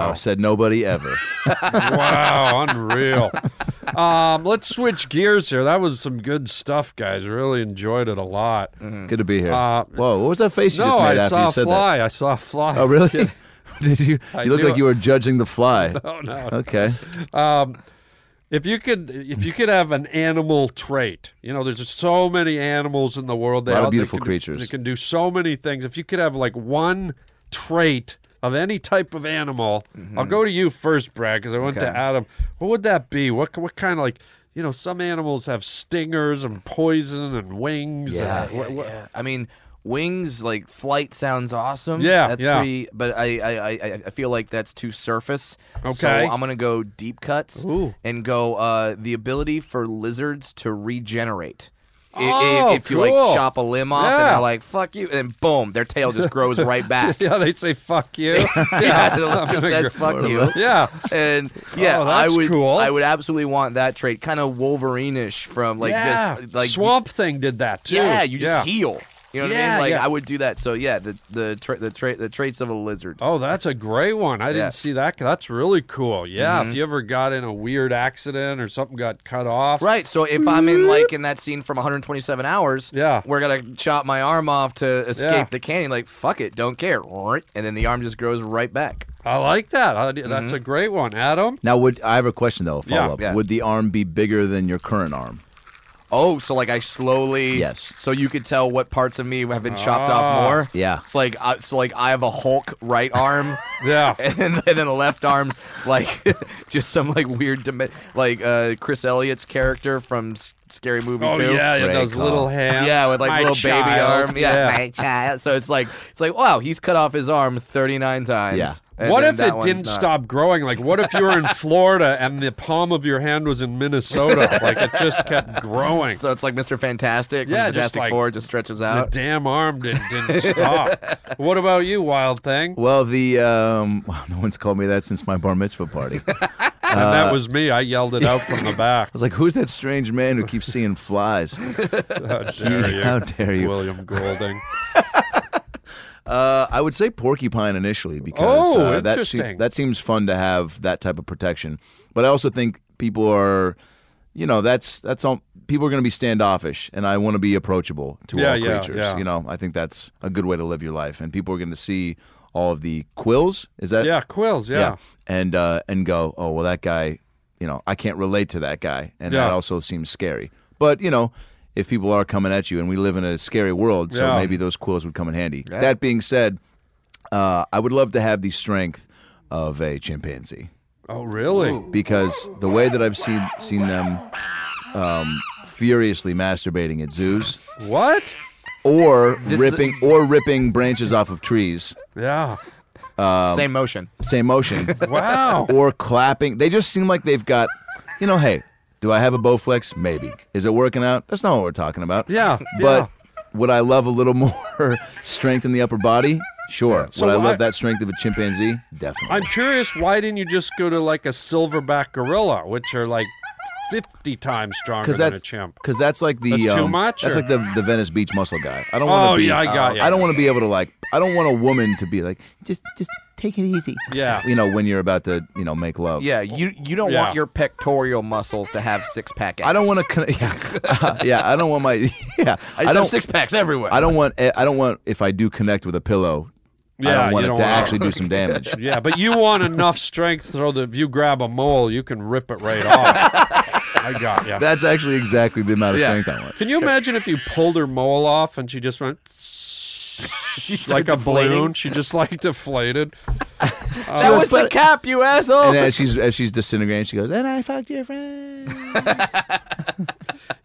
[SPEAKER 1] wow.
[SPEAKER 4] said nobody ever.
[SPEAKER 1] wow, unreal. Um, let's switch gears here. That was some good stuff, guys. Really enjoyed it a lot.
[SPEAKER 4] Good to be here.
[SPEAKER 1] Uh,
[SPEAKER 4] Whoa, what was that face Mm-hmm. you
[SPEAKER 1] No,
[SPEAKER 4] just made
[SPEAKER 1] I
[SPEAKER 4] after
[SPEAKER 1] saw
[SPEAKER 4] you
[SPEAKER 1] a
[SPEAKER 4] said
[SPEAKER 1] fly. I saw a fly.
[SPEAKER 4] that? Oh, really? Did you?
[SPEAKER 1] I
[SPEAKER 4] You look
[SPEAKER 1] knew
[SPEAKER 4] like
[SPEAKER 1] it.
[SPEAKER 4] you were judging the fly.
[SPEAKER 1] Oh no.
[SPEAKER 4] Okay.
[SPEAKER 1] If you could, if you could have an animal trait, you know, there's just so many animals in the world. They
[SPEAKER 4] lot of
[SPEAKER 1] all- they
[SPEAKER 4] beautiful
[SPEAKER 1] can-
[SPEAKER 4] creatures.
[SPEAKER 1] They can do so many things. If you could have like one trait of any type of animal, I'll go to you first, Brad, because I went to
[SPEAKER 3] Mm-hmm. Okay.
[SPEAKER 1] Adam. What would that be? What what kind of like, you know, some animals have stingers and poison and wings. and, what- what-
[SPEAKER 3] Yeah, Uh, I mean, wings like flight sounds awesome.
[SPEAKER 1] Yeah,
[SPEAKER 3] that's
[SPEAKER 1] yeah.
[SPEAKER 3] pretty. But I, I, I, I- I feel like that's too surface. So
[SPEAKER 1] Okay.
[SPEAKER 3] I'm gonna go deep cuts
[SPEAKER 1] Ooh.
[SPEAKER 3] and go uh, the ability for lizards to regenerate. I-
[SPEAKER 1] Oh,
[SPEAKER 3] if, if you like
[SPEAKER 1] cool.
[SPEAKER 3] chop a limb off and
[SPEAKER 1] Yeah.
[SPEAKER 3] they're like fuck you, and boom, their tail just grows right back.
[SPEAKER 1] yeah, they say fuck you.
[SPEAKER 3] yeah, it
[SPEAKER 1] gonna
[SPEAKER 3] says fuck you.
[SPEAKER 1] yeah.
[SPEAKER 3] And yeah,
[SPEAKER 1] Oh,
[SPEAKER 3] I
[SPEAKER 1] that's
[SPEAKER 3] would
[SPEAKER 1] cool.
[SPEAKER 3] I would absolutely want that trait, kind of Wolverine-ish from like
[SPEAKER 1] yeah.
[SPEAKER 3] just like
[SPEAKER 1] Swamp Thing did that too.
[SPEAKER 3] Yeah, you
[SPEAKER 1] Yeah.
[SPEAKER 3] just heal. You know what I
[SPEAKER 1] Yeah,
[SPEAKER 3] mean? Like
[SPEAKER 1] yeah.
[SPEAKER 3] I would do that. So yeah, the the tra- the tra- the traits of a lizard.
[SPEAKER 1] Oh, that's a great one. I
[SPEAKER 3] Yeah.
[SPEAKER 1] didn't see that. That's really cool. Yeah,
[SPEAKER 3] Mm-hmm.
[SPEAKER 1] if you ever got in a weird accident or something got cut off.
[SPEAKER 3] Right. So if I'm in like in that scene from 127 hours,
[SPEAKER 1] Yeah.
[SPEAKER 3] we're gonna chop my arm off to escape
[SPEAKER 1] Yeah.
[SPEAKER 3] the canyon. Like fuck it, don't care. And then the arm just grows right back.
[SPEAKER 1] I like that. I, that's
[SPEAKER 3] Mm-hmm.
[SPEAKER 1] a great one, Adam.
[SPEAKER 4] Now, would I have a question though? a
[SPEAKER 1] Yeah.
[SPEAKER 4] Follow up.
[SPEAKER 3] Yeah.
[SPEAKER 4] Would the arm be bigger than your current arm?
[SPEAKER 3] Oh, so like I slowly.
[SPEAKER 4] Yes.
[SPEAKER 3] So you could tell what parts of me have been chopped
[SPEAKER 1] Ah.
[SPEAKER 3] off more.
[SPEAKER 4] Yeah.
[SPEAKER 3] It's like I, so like I have a Hulk right arm,
[SPEAKER 1] Yeah.
[SPEAKER 3] and then and then the left arm's like just some like weird deme- like uh, Chris Elliott's character from S- Scary Movie
[SPEAKER 1] Oh
[SPEAKER 3] Two.
[SPEAKER 1] yeah, yeah
[SPEAKER 4] Great
[SPEAKER 1] those
[SPEAKER 4] call.
[SPEAKER 1] little hands.
[SPEAKER 3] Yeah, with like
[SPEAKER 1] My
[SPEAKER 3] little baby
[SPEAKER 1] child.
[SPEAKER 3] arm. Yeah, my child. So it's like it's like wow, he's cut off his arm 39 times.
[SPEAKER 4] Yeah.
[SPEAKER 3] and
[SPEAKER 1] what
[SPEAKER 3] then
[SPEAKER 1] if
[SPEAKER 3] that
[SPEAKER 1] it
[SPEAKER 3] one's
[SPEAKER 1] didn't
[SPEAKER 3] not.
[SPEAKER 1] stop growing? Like, what if you were in Florida and the palm of your hand was in Minnesota? Like, it just kept growing.
[SPEAKER 3] So uh, it's like Mr. Fantastic. when
[SPEAKER 1] Yeah, just
[SPEAKER 3] Fantastic
[SPEAKER 1] like-
[SPEAKER 3] Four just stretches
[SPEAKER 1] the
[SPEAKER 3] out.
[SPEAKER 1] damn arm didn't, didn't stop. What about you, Wild Thing?
[SPEAKER 4] Well, the um, wow, no one's called me that since my bar mitzvah party. I
[SPEAKER 1] and
[SPEAKER 3] uh,
[SPEAKER 1] that was me. I yelled it out from the back.
[SPEAKER 4] was like, "Who's that strange man who keeps seeing flies?"
[SPEAKER 1] How dare you?
[SPEAKER 4] How dare you.
[SPEAKER 1] William Golding.
[SPEAKER 4] Uh, I would say porcupine initially because
[SPEAKER 1] Oh,
[SPEAKER 4] uh, that
[SPEAKER 1] interesting.
[SPEAKER 4] that seems fun to have that type of protection. But I also think people are, you know, that's that's all. People are going to be standoffish, and I want to be approachable to
[SPEAKER 1] Yeah,
[SPEAKER 4] all
[SPEAKER 1] yeah,
[SPEAKER 4] creatures.
[SPEAKER 1] yeah.
[SPEAKER 4] You know, I think that's a good way to live your life, and people are going to see all of the quills. Is that
[SPEAKER 1] Yeah, quills. Yeah.
[SPEAKER 4] and uh, and go, oh well, that guy, you know, I can't relate to that guy, and
[SPEAKER 1] Yeah.
[SPEAKER 4] that also seems scary. But you know, if people are coming at you, and we live in a scary world, so
[SPEAKER 1] Yeah.
[SPEAKER 4] maybe those quills would come in handy. That being said, uh, I would love to have the strength of a chimpanzee
[SPEAKER 1] Oh, really?
[SPEAKER 4] because the way that I've seen seen them um, furiously masturbating at zoos.
[SPEAKER 1] What?
[SPEAKER 4] Or
[SPEAKER 3] is-
[SPEAKER 4] ripping, or ripping branches off of trees.
[SPEAKER 1] Yeah.
[SPEAKER 3] Same motion.
[SPEAKER 4] Same motion.
[SPEAKER 1] Wow.
[SPEAKER 4] or clapping. They just seem like they've got, you know, hey, do I have a Bowflex? Maybe. Is it working out? That's not what we're talking about.
[SPEAKER 1] Yeah,
[SPEAKER 4] But would I love a little more strength in the upper body? Sure.
[SPEAKER 1] So
[SPEAKER 4] would I love
[SPEAKER 1] I-
[SPEAKER 4] that strength of a chimpanzee? Definitely.
[SPEAKER 1] I'm curious, why didn't you just go to like a silverback gorilla, which are like 50 times stronger than a
[SPEAKER 4] that's
[SPEAKER 1] chimp?
[SPEAKER 4] because that's like the
[SPEAKER 1] That's too
[SPEAKER 4] um,
[SPEAKER 1] much,
[SPEAKER 4] that's
[SPEAKER 1] or-
[SPEAKER 4] like the, the Venice Beach muscle guy. I don't
[SPEAKER 1] Oh,
[SPEAKER 4] want to be. uh,
[SPEAKER 1] yeah, I got ya.
[SPEAKER 4] I don't want to be able to like. I don't want a woman to be like just just take it easy.
[SPEAKER 1] Yeah.
[SPEAKER 4] You know when you're about to you know make love.
[SPEAKER 3] Yeah, you you don't
[SPEAKER 1] Yeah.
[SPEAKER 3] want your pectoral muscles to have six pack.
[SPEAKER 4] I don't want to. Con- yeah. yeah. I don't want my. Yeah.
[SPEAKER 3] I, just
[SPEAKER 4] don't
[SPEAKER 3] have six packs everywhere.
[SPEAKER 4] I don't want. eh, I don't want if I do connect with a pillow.
[SPEAKER 1] Yeah,
[SPEAKER 4] I don't want
[SPEAKER 1] you
[SPEAKER 4] it
[SPEAKER 1] don't
[SPEAKER 4] to
[SPEAKER 1] want
[SPEAKER 4] actually do some damage.
[SPEAKER 1] Yeah, but you want enough strength so that if you grab a mole, you can rip it right off. I got you.
[SPEAKER 4] That's actually exactly the amount of
[SPEAKER 3] Yeah.
[SPEAKER 4] strength I want.
[SPEAKER 1] Can you imagine if you pulled her mole off and she just went
[SPEAKER 3] She's
[SPEAKER 1] like a
[SPEAKER 3] deflating.
[SPEAKER 1] balloon? She just like deflated. Uh,
[SPEAKER 3] That was the cap, you asshole.
[SPEAKER 4] And as she's as she's disintegrating, she goes, "And I fucked your friend."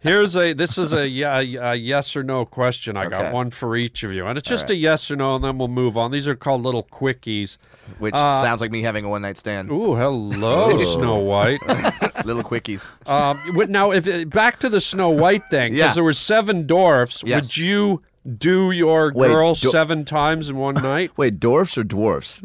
[SPEAKER 1] Here's a this is a, yeah, a yes or no question. I got
[SPEAKER 3] Okay.
[SPEAKER 1] one for each of you, and it's just a yes or no, and then we'll move on. These are called little quickies.
[SPEAKER 3] Which
[SPEAKER 1] Uh,
[SPEAKER 3] sounds like me having a one night stand.
[SPEAKER 1] Ooh, hello, Snow White.
[SPEAKER 3] Little quickies.
[SPEAKER 1] um, wi- now, if back to the Snow White thing, because
[SPEAKER 3] Yeah.
[SPEAKER 1] there were seven dwarfs.
[SPEAKER 3] Yes.
[SPEAKER 1] Would you do your
[SPEAKER 4] Wait,
[SPEAKER 1] girl
[SPEAKER 4] do-
[SPEAKER 1] seven times in one night?
[SPEAKER 4] Wait, dwarfs or dwarfs?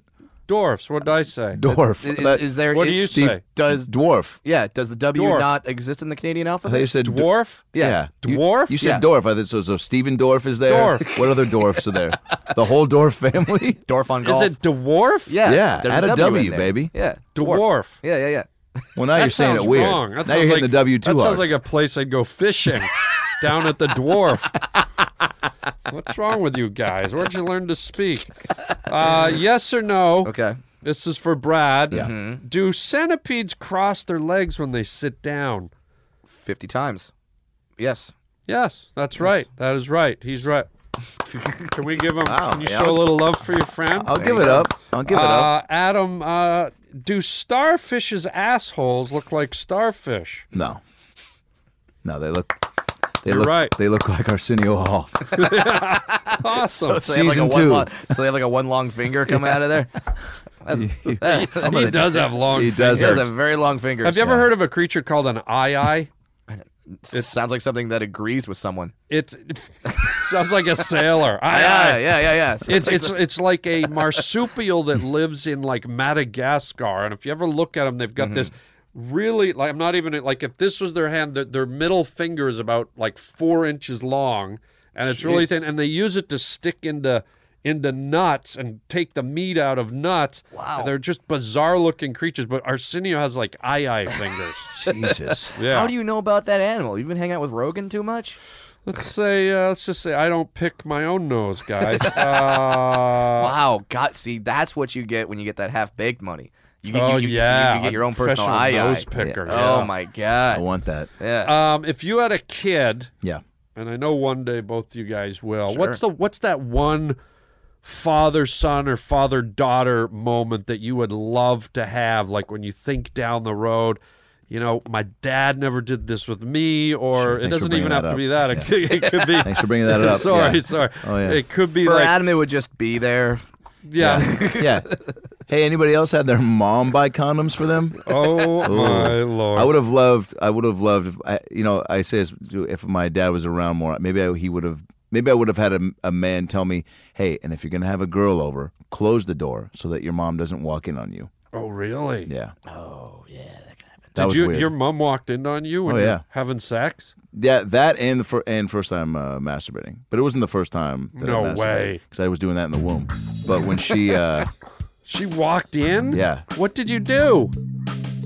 [SPEAKER 1] dwarfs. What did I say?
[SPEAKER 4] Dwarf.
[SPEAKER 3] Is,
[SPEAKER 4] That-
[SPEAKER 3] is there?
[SPEAKER 1] What do
[SPEAKER 3] is-
[SPEAKER 1] you
[SPEAKER 3] Steve-
[SPEAKER 1] say?
[SPEAKER 3] Does
[SPEAKER 4] dwarf?
[SPEAKER 3] yeah? Does the W
[SPEAKER 1] Dwarf.
[SPEAKER 3] not exist in the Canadian
[SPEAKER 4] I thought you
[SPEAKER 3] alphabet?
[SPEAKER 4] said d-
[SPEAKER 1] Dwarf.
[SPEAKER 4] yeah. You-
[SPEAKER 1] Dwarf?
[SPEAKER 4] You, said
[SPEAKER 3] Yeah.
[SPEAKER 4] dwarf. I thought so. So Stephen Dorff is there.
[SPEAKER 1] Dorff.
[SPEAKER 4] What other dwarfs are there? The whole dwarf family.
[SPEAKER 3] Dwarf on
[SPEAKER 1] Is
[SPEAKER 3] golf.
[SPEAKER 1] it dwarf?
[SPEAKER 3] Yeah.
[SPEAKER 4] Yeah,
[SPEAKER 3] There's
[SPEAKER 4] add a
[SPEAKER 3] a
[SPEAKER 4] W,
[SPEAKER 3] in there.
[SPEAKER 4] baby.
[SPEAKER 3] Yeah.
[SPEAKER 1] Dwarf.
[SPEAKER 3] Yeah. Yeah. Yeah.
[SPEAKER 4] Well, now
[SPEAKER 1] That
[SPEAKER 4] you're saying it
[SPEAKER 1] sounds
[SPEAKER 4] weird.
[SPEAKER 1] wrong. That
[SPEAKER 4] now you're
[SPEAKER 1] sounds
[SPEAKER 4] hitting
[SPEAKER 1] like-
[SPEAKER 4] the W too
[SPEAKER 1] That
[SPEAKER 4] hard.
[SPEAKER 1] sounds like a place I'd go fishing down at the dwarf. What's wrong with you guys? Where'd you learn to speak? Uh, yes or no?
[SPEAKER 3] Okay.
[SPEAKER 1] This is for Brad.
[SPEAKER 4] Mm-hmm.
[SPEAKER 1] Do centipedes cross their legs when they sit down?
[SPEAKER 3] Fifty times. Yes.
[SPEAKER 1] Yes, that's right. That is right. He's right. Can we give him? can you
[SPEAKER 4] yeah.
[SPEAKER 1] show a little love for your friend?
[SPEAKER 4] I'll give it up. I'll give it
[SPEAKER 1] Uh,
[SPEAKER 4] up.
[SPEAKER 1] Adam, uh, do starfish's assholes look like starfish?
[SPEAKER 4] No. No, they look. They
[SPEAKER 1] You're
[SPEAKER 4] look.
[SPEAKER 1] right.
[SPEAKER 4] They look like Arsenio Hall.
[SPEAKER 1] Awesome.
[SPEAKER 3] So they have
[SPEAKER 4] Season
[SPEAKER 3] like a one
[SPEAKER 4] two.
[SPEAKER 3] Long, so they have like a one long finger coming out of there.
[SPEAKER 4] I'm
[SPEAKER 1] he
[SPEAKER 4] gonna-
[SPEAKER 1] does have long.
[SPEAKER 4] He
[SPEAKER 1] fingers.
[SPEAKER 4] does
[SPEAKER 3] He has a
[SPEAKER 4] have
[SPEAKER 3] very long finger.
[SPEAKER 1] Have you ever heard of a creature called an eye eye?
[SPEAKER 3] It sounds like something that agrees with someone.
[SPEAKER 1] It's it sounds like a sailor. Aye,
[SPEAKER 3] Yeah,
[SPEAKER 1] aye.
[SPEAKER 3] yeah, yeah, yeah.
[SPEAKER 1] It's it's it's like a marsupial that lives in like Madagascar, and if you ever look at them, they've got this
[SPEAKER 4] Mm-hmm.
[SPEAKER 1] really like I'm not even like if this was their hand, their, their middle finger is about like four inches long, and it's really thin, and they use it to stick into into nuts and take the meat out of nuts. Wow, and they're just bizarre looking creatures. But Arsenio has like eye eye fingers.
[SPEAKER 4] Jesus.
[SPEAKER 1] Yeah,
[SPEAKER 3] How do you know about that animal? You've been hanging out with Rogan too much?
[SPEAKER 1] Let's say, uh, let's just say I don't pick my own nose, guys. Uh,
[SPEAKER 3] wow, God, see, that's what you get when you get that half baked money. You can,
[SPEAKER 1] Oh,
[SPEAKER 3] you, you,
[SPEAKER 1] yeah,
[SPEAKER 3] you can
[SPEAKER 1] a
[SPEAKER 3] get your own personal
[SPEAKER 1] professional
[SPEAKER 3] eye
[SPEAKER 1] nose
[SPEAKER 3] eye.
[SPEAKER 1] picker, yeah.
[SPEAKER 3] Oh my
[SPEAKER 4] I
[SPEAKER 3] god.
[SPEAKER 4] want that.
[SPEAKER 3] Yeah.
[SPEAKER 1] Um, if you had a kid,
[SPEAKER 4] Yeah.
[SPEAKER 1] and I know one day both you guys will. What's the what's that one father son or father daughter moment that you would love to have? Like when you think down the road, you know, my dad never did this with me, or it
[SPEAKER 4] thanks for
[SPEAKER 1] doesn't
[SPEAKER 4] bringing
[SPEAKER 1] even have
[SPEAKER 4] that
[SPEAKER 1] to be that. It could, it could be.
[SPEAKER 4] Thanks for bringing that up.
[SPEAKER 1] sorry,
[SPEAKER 4] Yeah.
[SPEAKER 1] sorry.
[SPEAKER 4] Oh, yeah.
[SPEAKER 1] It could be
[SPEAKER 3] For
[SPEAKER 1] like
[SPEAKER 3] Adam, it would just be there.
[SPEAKER 1] yeah.
[SPEAKER 4] Yeah. Hey, anybody else had their mom buy condoms for them?
[SPEAKER 1] oh my
[SPEAKER 4] I
[SPEAKER 1] lord.
[SPEAKER 4] would have loved. I would have loved. If I, you know, I say this, if my dad was around more, maybe I, he would have. Maybe I would have had a, a man tell me, "Hey, and if you're gonna have a girl over, close the door so that your mom doesn't walk in on you."
[SPEAKER 1] Oh really?
[SPEAKER 4] Oh, Yeah,
[SPEAKER 1] Did
[SPEAKER 4] that was
[SPEAKER 1] you
[SPEAKER 4] weird.
[SPEAKER 1] your mom walked in on you when
[SPEAKER 4] Oh,
[SPEAKER 1] you're
[SPEAKER 4] yeah.
[SPEAKER 1] having sex?
[SPEAKER 4] yeah, that and the fir- and first time uh, masturbating, but it wasn't the first time. That
[SPEAKER 1] No way.
[SPEAKER 4] because I was doing that in the womb. But when she, uh,
[SPEAKER 1] She walked in?
[SPEAKER 4] Yeah.
[SPEAKER 1] What did you do?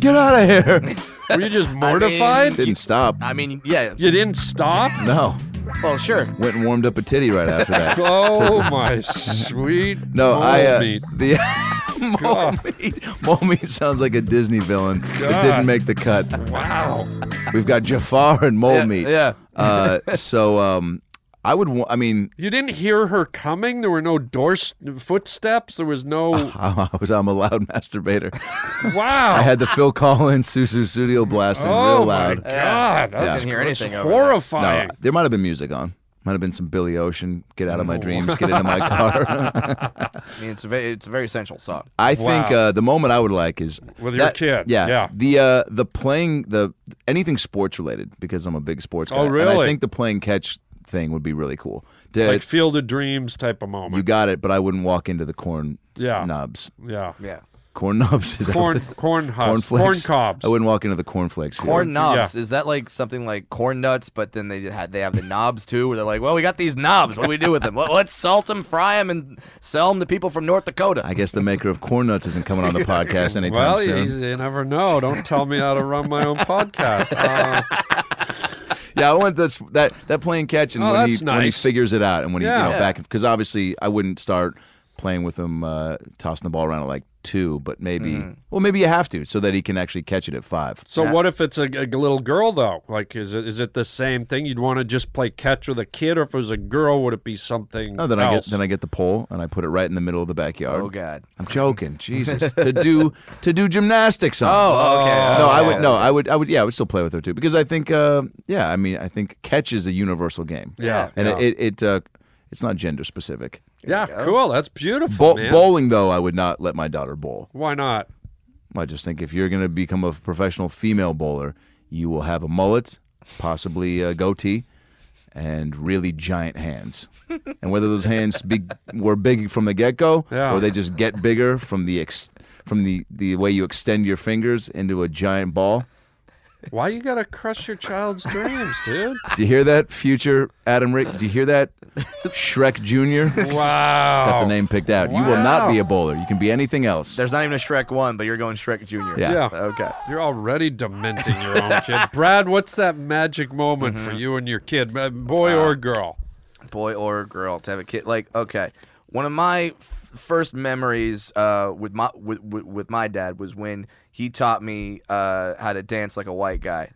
[SPEAKER 4] get out of here,
[SPEAKER 1] Were you just mortified?
[SPEAKER 4] didn't stop.
[SPEAKER 3] I mean, yeah.
[SPEAKER 1] You didn't stop?
[SPEAKER 4] No,
[SPEAKER 3] Well, sure.
[SPEAKER 4] went and warmed up a titty right after that.
[SPEAKER 1] Oh my sweet
[SPEAKER 4] No,
[SPEAKER 1] mole
[SPEAKER 4] I uh,
[SPEAKER 1] meat. Oh,
[SPEAKER 4] the mole meat. Mole meat sounds like a Disney villain. It
[SPEAKER 1] God.
[SPEAKER 4] didn't make the cut.
[SPEAKER 1] Wow.
[SPEAKER 4] We've got Jafar and mole
[SPEAKER 3] Yeah,
[SPEAKER 4] meat.
[SPEAKER 3] yeah.
[SPEAKER 4] Uh, so um, I would. Wa- I mean,
[SPEAKER 1] You didn't hear her coming? There were no door s- footsteps? There was no.
[SPEAKER 4] I was. I'm a loud masturbator.
[SPEAKER 1] Wow.
[SPEAKER 4] I had the Phil Collins Susu Studio blasting
[SPEAKER 1] oh my
[SPEAKER 4] real loud.
[SPEAKER 1] God. That's
[SPEAKER 3] Didn't hear anything over that.
[SPEAKER 1] horrifying.
[SPEAKER 4] No, there might have been music on. Might have been some Billy Ocean. Get out of my dreams. Get into my car.
[SPEAKER 3] I mean, it's a very, it's a very essential song.
[SPEAKER 4] I think
[SPEAKER 1] Wow.
[SPEAKER 4] uh, the moment I would like is
[SPEAKER 1] With your kid,
[SPEAKER 4] Yeah,
[SPEAKER 1] yeah.
[SPEAKER 4] The uh, the playing the anything sports related because I'm a big sports guy.
[SPEAKER 1] Oh,
[SPEAKER 4] And
[SPEAKER 1] really?
[SPEAKER 4] I think the playing catch thing would be really cool. To-
[SPEAKER 1] Like Field of Dreams type of
[SPEAKER 4] you
[SPEAKER 1] moment.
[SPEAKER 4] got it, but I wouldn't walk into the corn
[SPEAKER 1] Yeah.
[SPEAKER 4] knobs.
[SPEAKER 1] yeah.
[SPEAKER 3] Yeah.
[SPEAKER 4] Corn knobs is that
[SPEAKER 1] Corn, corn
[SPEAKER 4] the- corn
[SPEAKER 1] husks, corn
[SPEAKER 4] flakes?
[SPEAKER 1] cobs.
[SPEAKER 4] I wouldn't walk into the cornflakes. field.
[SPEAKER 3] Corn knobs. Is that like something like corn nuts? But then they had they have the knobs too, where they're like, well, we got these knobs. What do we do with them? Well, let's salt them, fry them, and sell them to people from North Dakota.
[SPEAKER 4] I guess the maker of corn nuts isn't coming on the podcast anytime
[SPEAKER 1] well,
[SPEAKER 4] soon.
[SPEAKER 1] you, you never know. Don't tell me how to run my own podcast. Uh,
[SPEAKER 4] Yeah, I want that's that that playing catch and
[SPEAKER 1] Oh,
[SPEAKER 4] when he
[SPEAKER 1] that's
[SPEAKER 4] when he
[SPEAKER 1] nice.
[SPEAKER 4] figures it out and when he
[SPEAKER 1] Yeah.
[SPEAKER 4] you know back because obviously I wouldn't start playing with him uh, tossing the ball around at like two, but maybe well maybe you have to so that he can actually catch it at five.
[SPEAKER 1] So what if it's a, a little girl though? Like, is it is it the same thing? You'd want to just play catch with a kid, or if it was a girl, would it be something
[SPEAKER 4] No, Oh, then I get
[SPEAKER 1] else?
[SPEAKER 4] then I get the pole and I put it right in the middle of the backyard.
[SPEAKER 3] Oh God.
[SPEAKER 4] I'm joking, Jesus. to do to do gymnastics on.
[SPEAKER 3] Oh, okay.
[SPEAKER 4] no, I
[SPEAKER 3] okay.
[SPEAKER 4] would no, I would I would yeah, I would still play with her too because I think uh, yeah, I mean I think catch is a universal game.
[SPEAKER 1] Yeah,
[SPEAKER 4] and
[SPEAKER 1] yeah.
[SPEAKER 4] it it, it uh, it's not gender specific.
[SPEAKER 1] yeah, cool. That's beautiful.
[SPEAKER 4] Bo-
[SPEAKER 1] man.
[SPEAKER 4] bowling though, I would not let my daughter bowl.
[SPEAKER 1] Why not?
[SPEAKER 4] I just think if you're going to become a professional female bowler, you will have a mullet, possibly a goatee, and really giant hands. and whether those hands be, were big from the get go,
[SPEAKER 1] Yeah.
[SPEAKER 4] or they just get bigger from the ex, from the, the way you extend your fingers into a giant ball.
[SPEAKER 1] Why you gotta crush your child's dreams, dude?
[SPEAKER 4] Do you hear that, future Adam Rick? Do you hear that, Shrek Jr.? Got the
[SPEAKER 1] Wow.
[SPEAKER 4] name picked out. You will not be
[SPEAKER 1] Wow.
[SPEAKER 4] a bowler. You can be anything else.
[SPEAKER 3] There's not even a Shrek one, but you're going Shrek Junior.
[SPEAKER 4] Yeah.
[SPEAKER 1] Yeah.
[SPEAKER 3] Okay.
[SPEAKER 1] You're already dementing your own kid. Brad, what's that magic moment
[SPEAKER 4] Mm-hmm.
[SPEAKER 1] for you and your kid, uh, boy or girl?
[SPEAKER 3] boy or girl to have a kid like okay one of my f- first memories uh, with my with, with, with my dad was when he taught me uh, how to dance like a white guy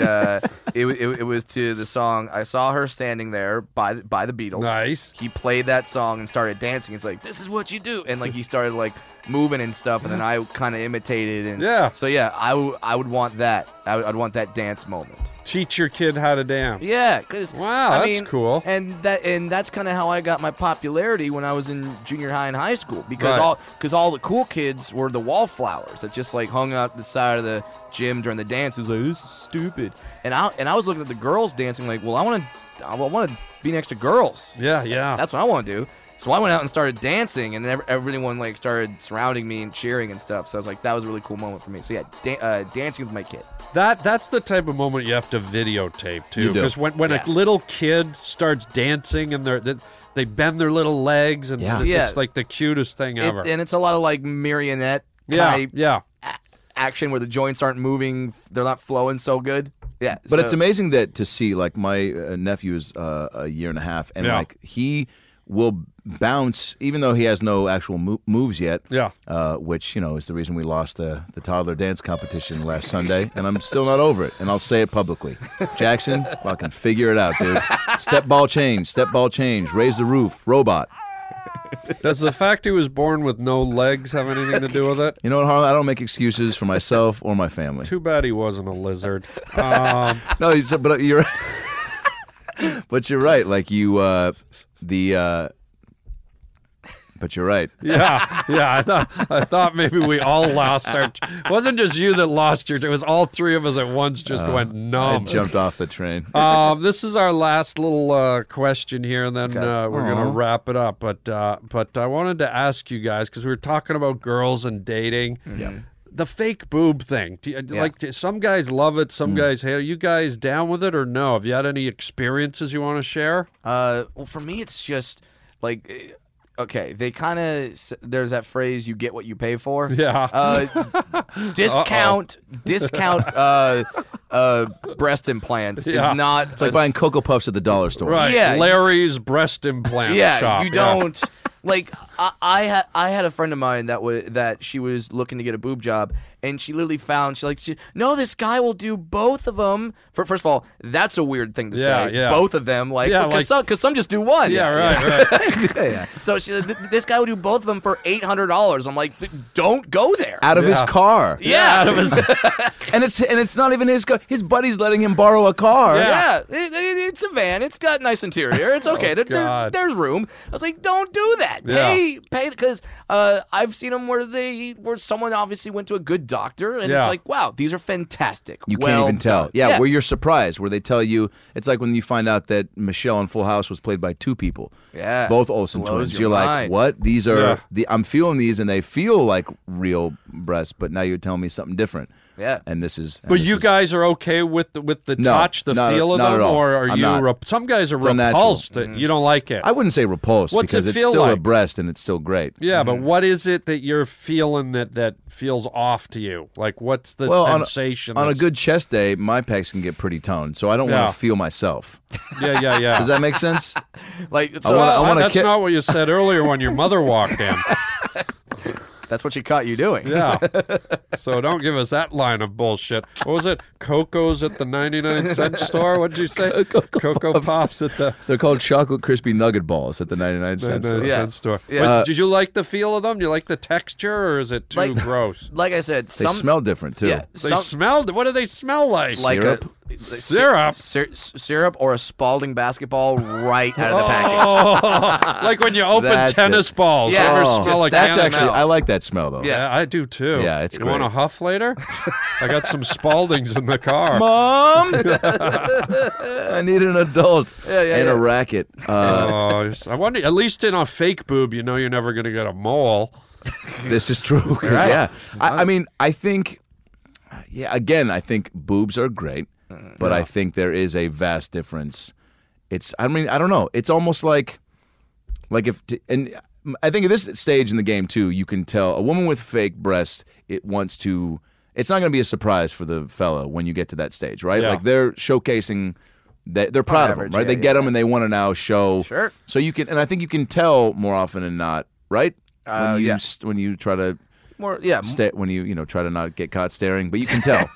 [SPEAKER 3] uh, it, wa- it, wa- it was to the song i saw her standing there by the, by the beatles
[SPEAKER 1] Nice.
[SPEAKER 3] he played that song and started dancing it's like this is what you do and like he started like moving and stuff and then i kind of imitated and
[SPEAKER 1] Yeah.
[SPEAKER 3] so yeah i, w- I would want that I would, i'd want that dance moment
[SPEAKER 1] Teach your kid how to dance.
[SPEAKER 3] yeah, because
[SPEAKER 1] Wow,
[SPEAKER 3] I
[SPEAKER 1] that's
[SPEAKER 3] mean,
[SPEAKER 1] cool.
[SPEAKER 3] And that and that's kind of how I got my popularity when I was in junior high and high school because
[SPEAKER 1] Right.
[SPEAKER 3] all because all the cool kids were the wallflowers that just like hung out the side of the gym during the dance. It was like this is stupid, and I and I was looking at the girls dancing like, well, I want to I want to be next to girls.
[SPEAKER 1] Yeah, yeah.
[SPEAKER 3] That's what I want to do. So I went out and started dancing, and ev- everyone like started surrounding me and cheering and stuff. So I was like, that was a really cool moment for me. So yeah, da- uh, dancing with my kid.
[SPEAKER 1] That that's the type of moment you have to videotape too,
[SPEAKER 4] You do.
[SPEAKER 1] because when, when
[SPEAKER 3] Yeah.
[SPEAKER 1] a little kid starts dancing and they're they, they bend their little legs and
[SPEAKER 4] Yeah.
[SPEAKER 1] th-
[SPEAKER 3] Yeah.
[SPEAKER 1] it's like the cutest thing
[SPEAKER 3] It-
[SPEAKER 1] ever.
[SPEAKER 3] and it's a lot of like marionette
[SPEAKER 1] yeah,
[SPEAKER 3] type
[SPEAKER 1] yeah,
[SPEAKER 3] action where the joints aren't moving, they're not flowing so good. Yeah,
[SPEAKER 4] But
[SPEAKER 3] so-
[SPEAKER 4] it's amazing that to see like my uh, nephew is uh, a year and a half, and
[SPEAKER 1] Yeah.
[SPEAKER 4] like he will bounce, even though he has no actual mo- moves yet.
[SPEAKER 1] Yeah.
[SPEAKER 4] Uh, which you know is the reason we lost the the toddler dance competition last Sunday, and I'm still not over it. And I'll say it publicly, Jackson, fucking figure it out, dude. Step ball change, step ball change, raise the roof, robot.
[SPEAKER 1] Does the fact he was born with no legs have anything to do with it?
[SPEAKER 4] You know what, Harlan? I don't make excuses for myself or my family.
[SPEAKER 1] Too bad he wasn't a lizard. Um,
[SPEAKER 4] No, you said- but uh, you're, but you're right. Like you, uh, the, uh, but you're right.
[SPEAKER 1] yeah, yeah. I thought, I thought maybe we all lost our. T- it wasn't just you that lost your. T- it was all three of us at once. Just went
[SPEAKER 4] Uh, I
[SPEAKER 1] numb.
[SPEAKER 4] jumped off the train.
[SPEAKER 1] um, this is our last little uh, question here, and then uh, we're gonna wrap it up. But uh, but I wanted to ask you guys because we were talking about girls and dating.
[SPEAKER 4] Mm-hmm.
[SPEAKER 1] Yeah. The fake boob thing, do you, like do- some guys love it,
[SPEAKER 4] Mm.
[SPEAKER 1] some guys hate. it. Are you guys down with it or no? Have you had any experiences you want to share?
[SPEAKER 3] Uh, well, for me, it's just like, eh, okay, they kind of there's that phrase, "You get what you pay for."
[SPEAKER 1] Yeah.
[SPEAKER 3] Uh, discount, discount, uh, uh, breast implants
[SPEAKER 1] Yeah.
[SPEAKER 3] is not
[SPEAKER 4] It's like buying Cocoa Puffs at the dollar store.
[SPEAKER 1] right.
[SPEAKER 3] yeah.
[SPEAKER 1] Larry's breast implant
[SPEAKER 3] yeah,
[SPEAKER 1] shop.
[SPEAKER 3] you don't. Like I, I had I had a friend of mine that was that she was looking to get a boob job, and she literally found she like she, no, this guy will do both of them. For first of all, that's a weird thing to
[SPEAKER 1] Yeah,
[SPEAKER 3] say.
[SPEAKER 1] yeah.
[SPEAKER 3] Both of them, like
[SPEAKER 1] Yeah,
[SPEAKER 3] because
[SPEAKER 1] like-
[SPEAKER 3] some because some just do one.
[SPEAKER 1] Yeah, right, right.
[SPEAKER 3] So she said, "Th- this guy will do both of them for eight hundred dollars. I'm like, "Th- don't go there.
[SPEAKER 4] Out of his
[SPEAKER 1] Yeah.
[SPEAKER 4] car.
[SPEAKER 3] yeah,
[SPEAKER 1] Out of his-
[SPEAKER 4] And it's and it's not even his car. His buddy's letting him borrow a car.
[SPEAKER 1] Yeah. Oh,
[SPEAKER 3] Yeah, it, it- it's a van. It's got nice interior. It's okay. There- there-
[SPEAKER 1] God.
[SPEAKER 3] there's room. I was like, don't do that.
[SPEAKER 1] Yeah.
[SPEAKER 3] Pay, pay, because uh, I've seen them where they where someone obviously went to a good doctor, and
[SPEAKER 1] Yeah.
[SPEAKER 3] it's like, wow, these are fantastic.
[SPEAKER 4] You can't
[SPEAKER 3] Well
[SPEAKER 4] even tell.
[SPEAKER 3] done.
[SPEAKER 4] Yeah, where you're surprised, where they tell you it's like when you find out that Michelle in Full House was played by two people.
[SPEAKER 3] Yeah.
[SPEAKER 4] Both Olsen
[SPEAKER 3] Blows
[SPEAKER 4] twins.
[SPEAKER 3] your
[SPEAKER 4] you're like,
[SPEAKER 3] mind.
[SPEAKER 4] what? These are
[SPEAKER 1] Yeah.
[SPEAKER 4] the I'm feeling these and they feel like real breasts, but now you're telling me something different.
[SPEAKER 3] Yeah.
[SPEAKER 4] And this is and
[SPEAKER 1] But
[SPEAKER 4] this
[SPEAKER 1] you
[SPEAKER 4] is-
[SPEAKER 1] guys are okay with the, with the
[SPEAKER 4] No,
[SPEAKER 1] touch, the
[SPEAKER 4] not-
[SPEAKER 1] feel of
[SPEAKER 4] not at
[SPEAKER 1] them,
[SPEAKER 4] all.
[SPEAKER 1] or are
[SPEAKER 4] I'm
[SPEAKER 1] you?
[SPEAKER 4] not.
[SPEAKER 1] Rep- some guys are
[SPEAKER 4] It's unnatural.
[SPEAKER 1] repulsed. That You don't like it.
[SPEAKER 4] I wouldn't say repulsed
[SPEAKER 1] What's it
[SPEAKER 4] because it's
[SPEAKER 1] feel
[SPEAKER 4] still a
[SPEAKER 1] like?
[SPEAKER 4] breast and it's still great.
[SPEAKER 1] yeah, but
[SPEAKER 4] Mm-hmm.
[SPEAKER 1] what is it that you're feeling that that feels off to you? Like, what's the
[SPEAKER 4] Well, on a-
[SPEAKER 1] sensation?
[SPEAKER 4] On a
[SPEAKER 1] that's-
[SPEAKER 4] good chest day, my pecs can get pretty toned, so I don't
[SPEAKER 1] Yeah.
[SPEAKER 4] want to feel myself.
[SPEAKER 1] yeah, yeah, yeah.
[SPEAKER 4] Does that make sense?
[SPEAKER 3] Like,
[SPEAKER 4] I
[SPEAKER 3] so
[SPEAKER 4] wanna-
[SPEAKER 1] Well,
[SPEAKER 4] wanna
[SPEAKER 1] that's
[SPEAKER 4] ki-
[SPEAKER 1] not what you said earlier when your mother walked in.
[SPEAKER 3] that's what she caught you doing.
[SPEAKER 1] Yeah. So don't give us that line of bullshit. What was it? Coco's at the 99 cent store? What'd you say? Cocoa Pops at the
[SPEAKER 4] They're called chocolate crispy nugget balls at the 99 cent
[SPEAKER 1] 99
[SPEAKER 4] store.
[SPEAKER 3] Yeah.
[SPEAKER 1] cent store.
[SPEAKER 3] Yeah.
[SPEAKER 1] But
[SPEAKER 4] Uh,
[SPEAKER 1] did you like the feel of them? Do you like the texture or is it too
[SPEAKER 3] Like-
[SPEAKER 1] gross?
[SPEAKER 3] Like I said,
[SPEAKER 4] They
[SPEAKER 3] some
[SPEAKER 4] smell different too.
[SPEAKER 3] Yeah,
[SPEAKER 1] They
[SPEAKER 3] some-
[SPEAKER 1] smelled. What do they smell like?
[SPEAKER 3] like
[SPEAKER 4] Syrup?
[SPEAKER 3] a
[SPEAKER 1] Syrup?
[SPEAKER 3] Sy- syrup or a Spalding basketball right out of the package.
[SPEAKER 1] oh, like when you open
[SPEAKER 4] That's it.
[SPEAKER 1] tennis balls.
[SPEAKER 3] Yeah.
[SPEAKER 1] They
[SPEAKER 3] Oh,
[SPEAKER 1] smell
[SPEAKER 3] just
[SPEAKER 1] like
[SPEAKER 4] That's
[SPEAKER 1] animal-
[SPEAKER 3] that
[SPEAKER 4] actually
[SPEAKER 3] smell.
[SPEAKER 4] I like that smell though.
[SPEAKER 3] Yeah.
[SPEAKER 1] Yeah, I do too.
[SPEAKER 4] Yeah, it's
[SPEAKER 1] You want
[SPEAKER 4] great.
[SPEAKER 1] a huff later? I got some Spaldings in the car.
[SPEAKER 4] Mom, I need an adult
[SPEAKER 3] Yeah, yeah,
[SPEAKER 4] and
[SPEAKER 3] yeah.
[SPEAKER 4] a racket. Uh,
[SPEAKER 1] Oh, I wonder. At least in a fake boob, you know you're never going to get a mole.
[SPEAKER 4] this is true. 'cause, Yeah, I, I mean, I think, yeah, again, I think boobs are great,
[SPEAKER 3] Mm,
[SPEAKER 4] but I think there is a vast difference. It's, I mean, I don't know. It's almost like, like if, t- and I think at this stage in the game too, you can tell a woman with fake breasts, it wants to. It's not going to be a surprise for the fella when you get to that stage, right?
[SPEAKER 1] Yeah.
[SPEAKER 4] Like they're showcasing. That they're proud of them,
[SPEAKER 3] average,
[SPEAKER 4] right?
[SPEAKER 3] yeah,
[SPEAKER 4] they
[SPEAKER 3] yeah,
[SPEAKER 4] get them and they want to now show.
[SPEAKER 3] Sure.
[SPEAKER 4] So you can, and I think you can tell more often than not, right?
[SPEAKER 3] Uh,
[SPEAKER 4] when you
[SPEAKER 3] yeah.
[SPEAKER 4] s- when you try to
[SPEAKER 3] More, yeah, m-
[SPEAKER 4] sta- when you you know try to not get caught staring, but you can tell.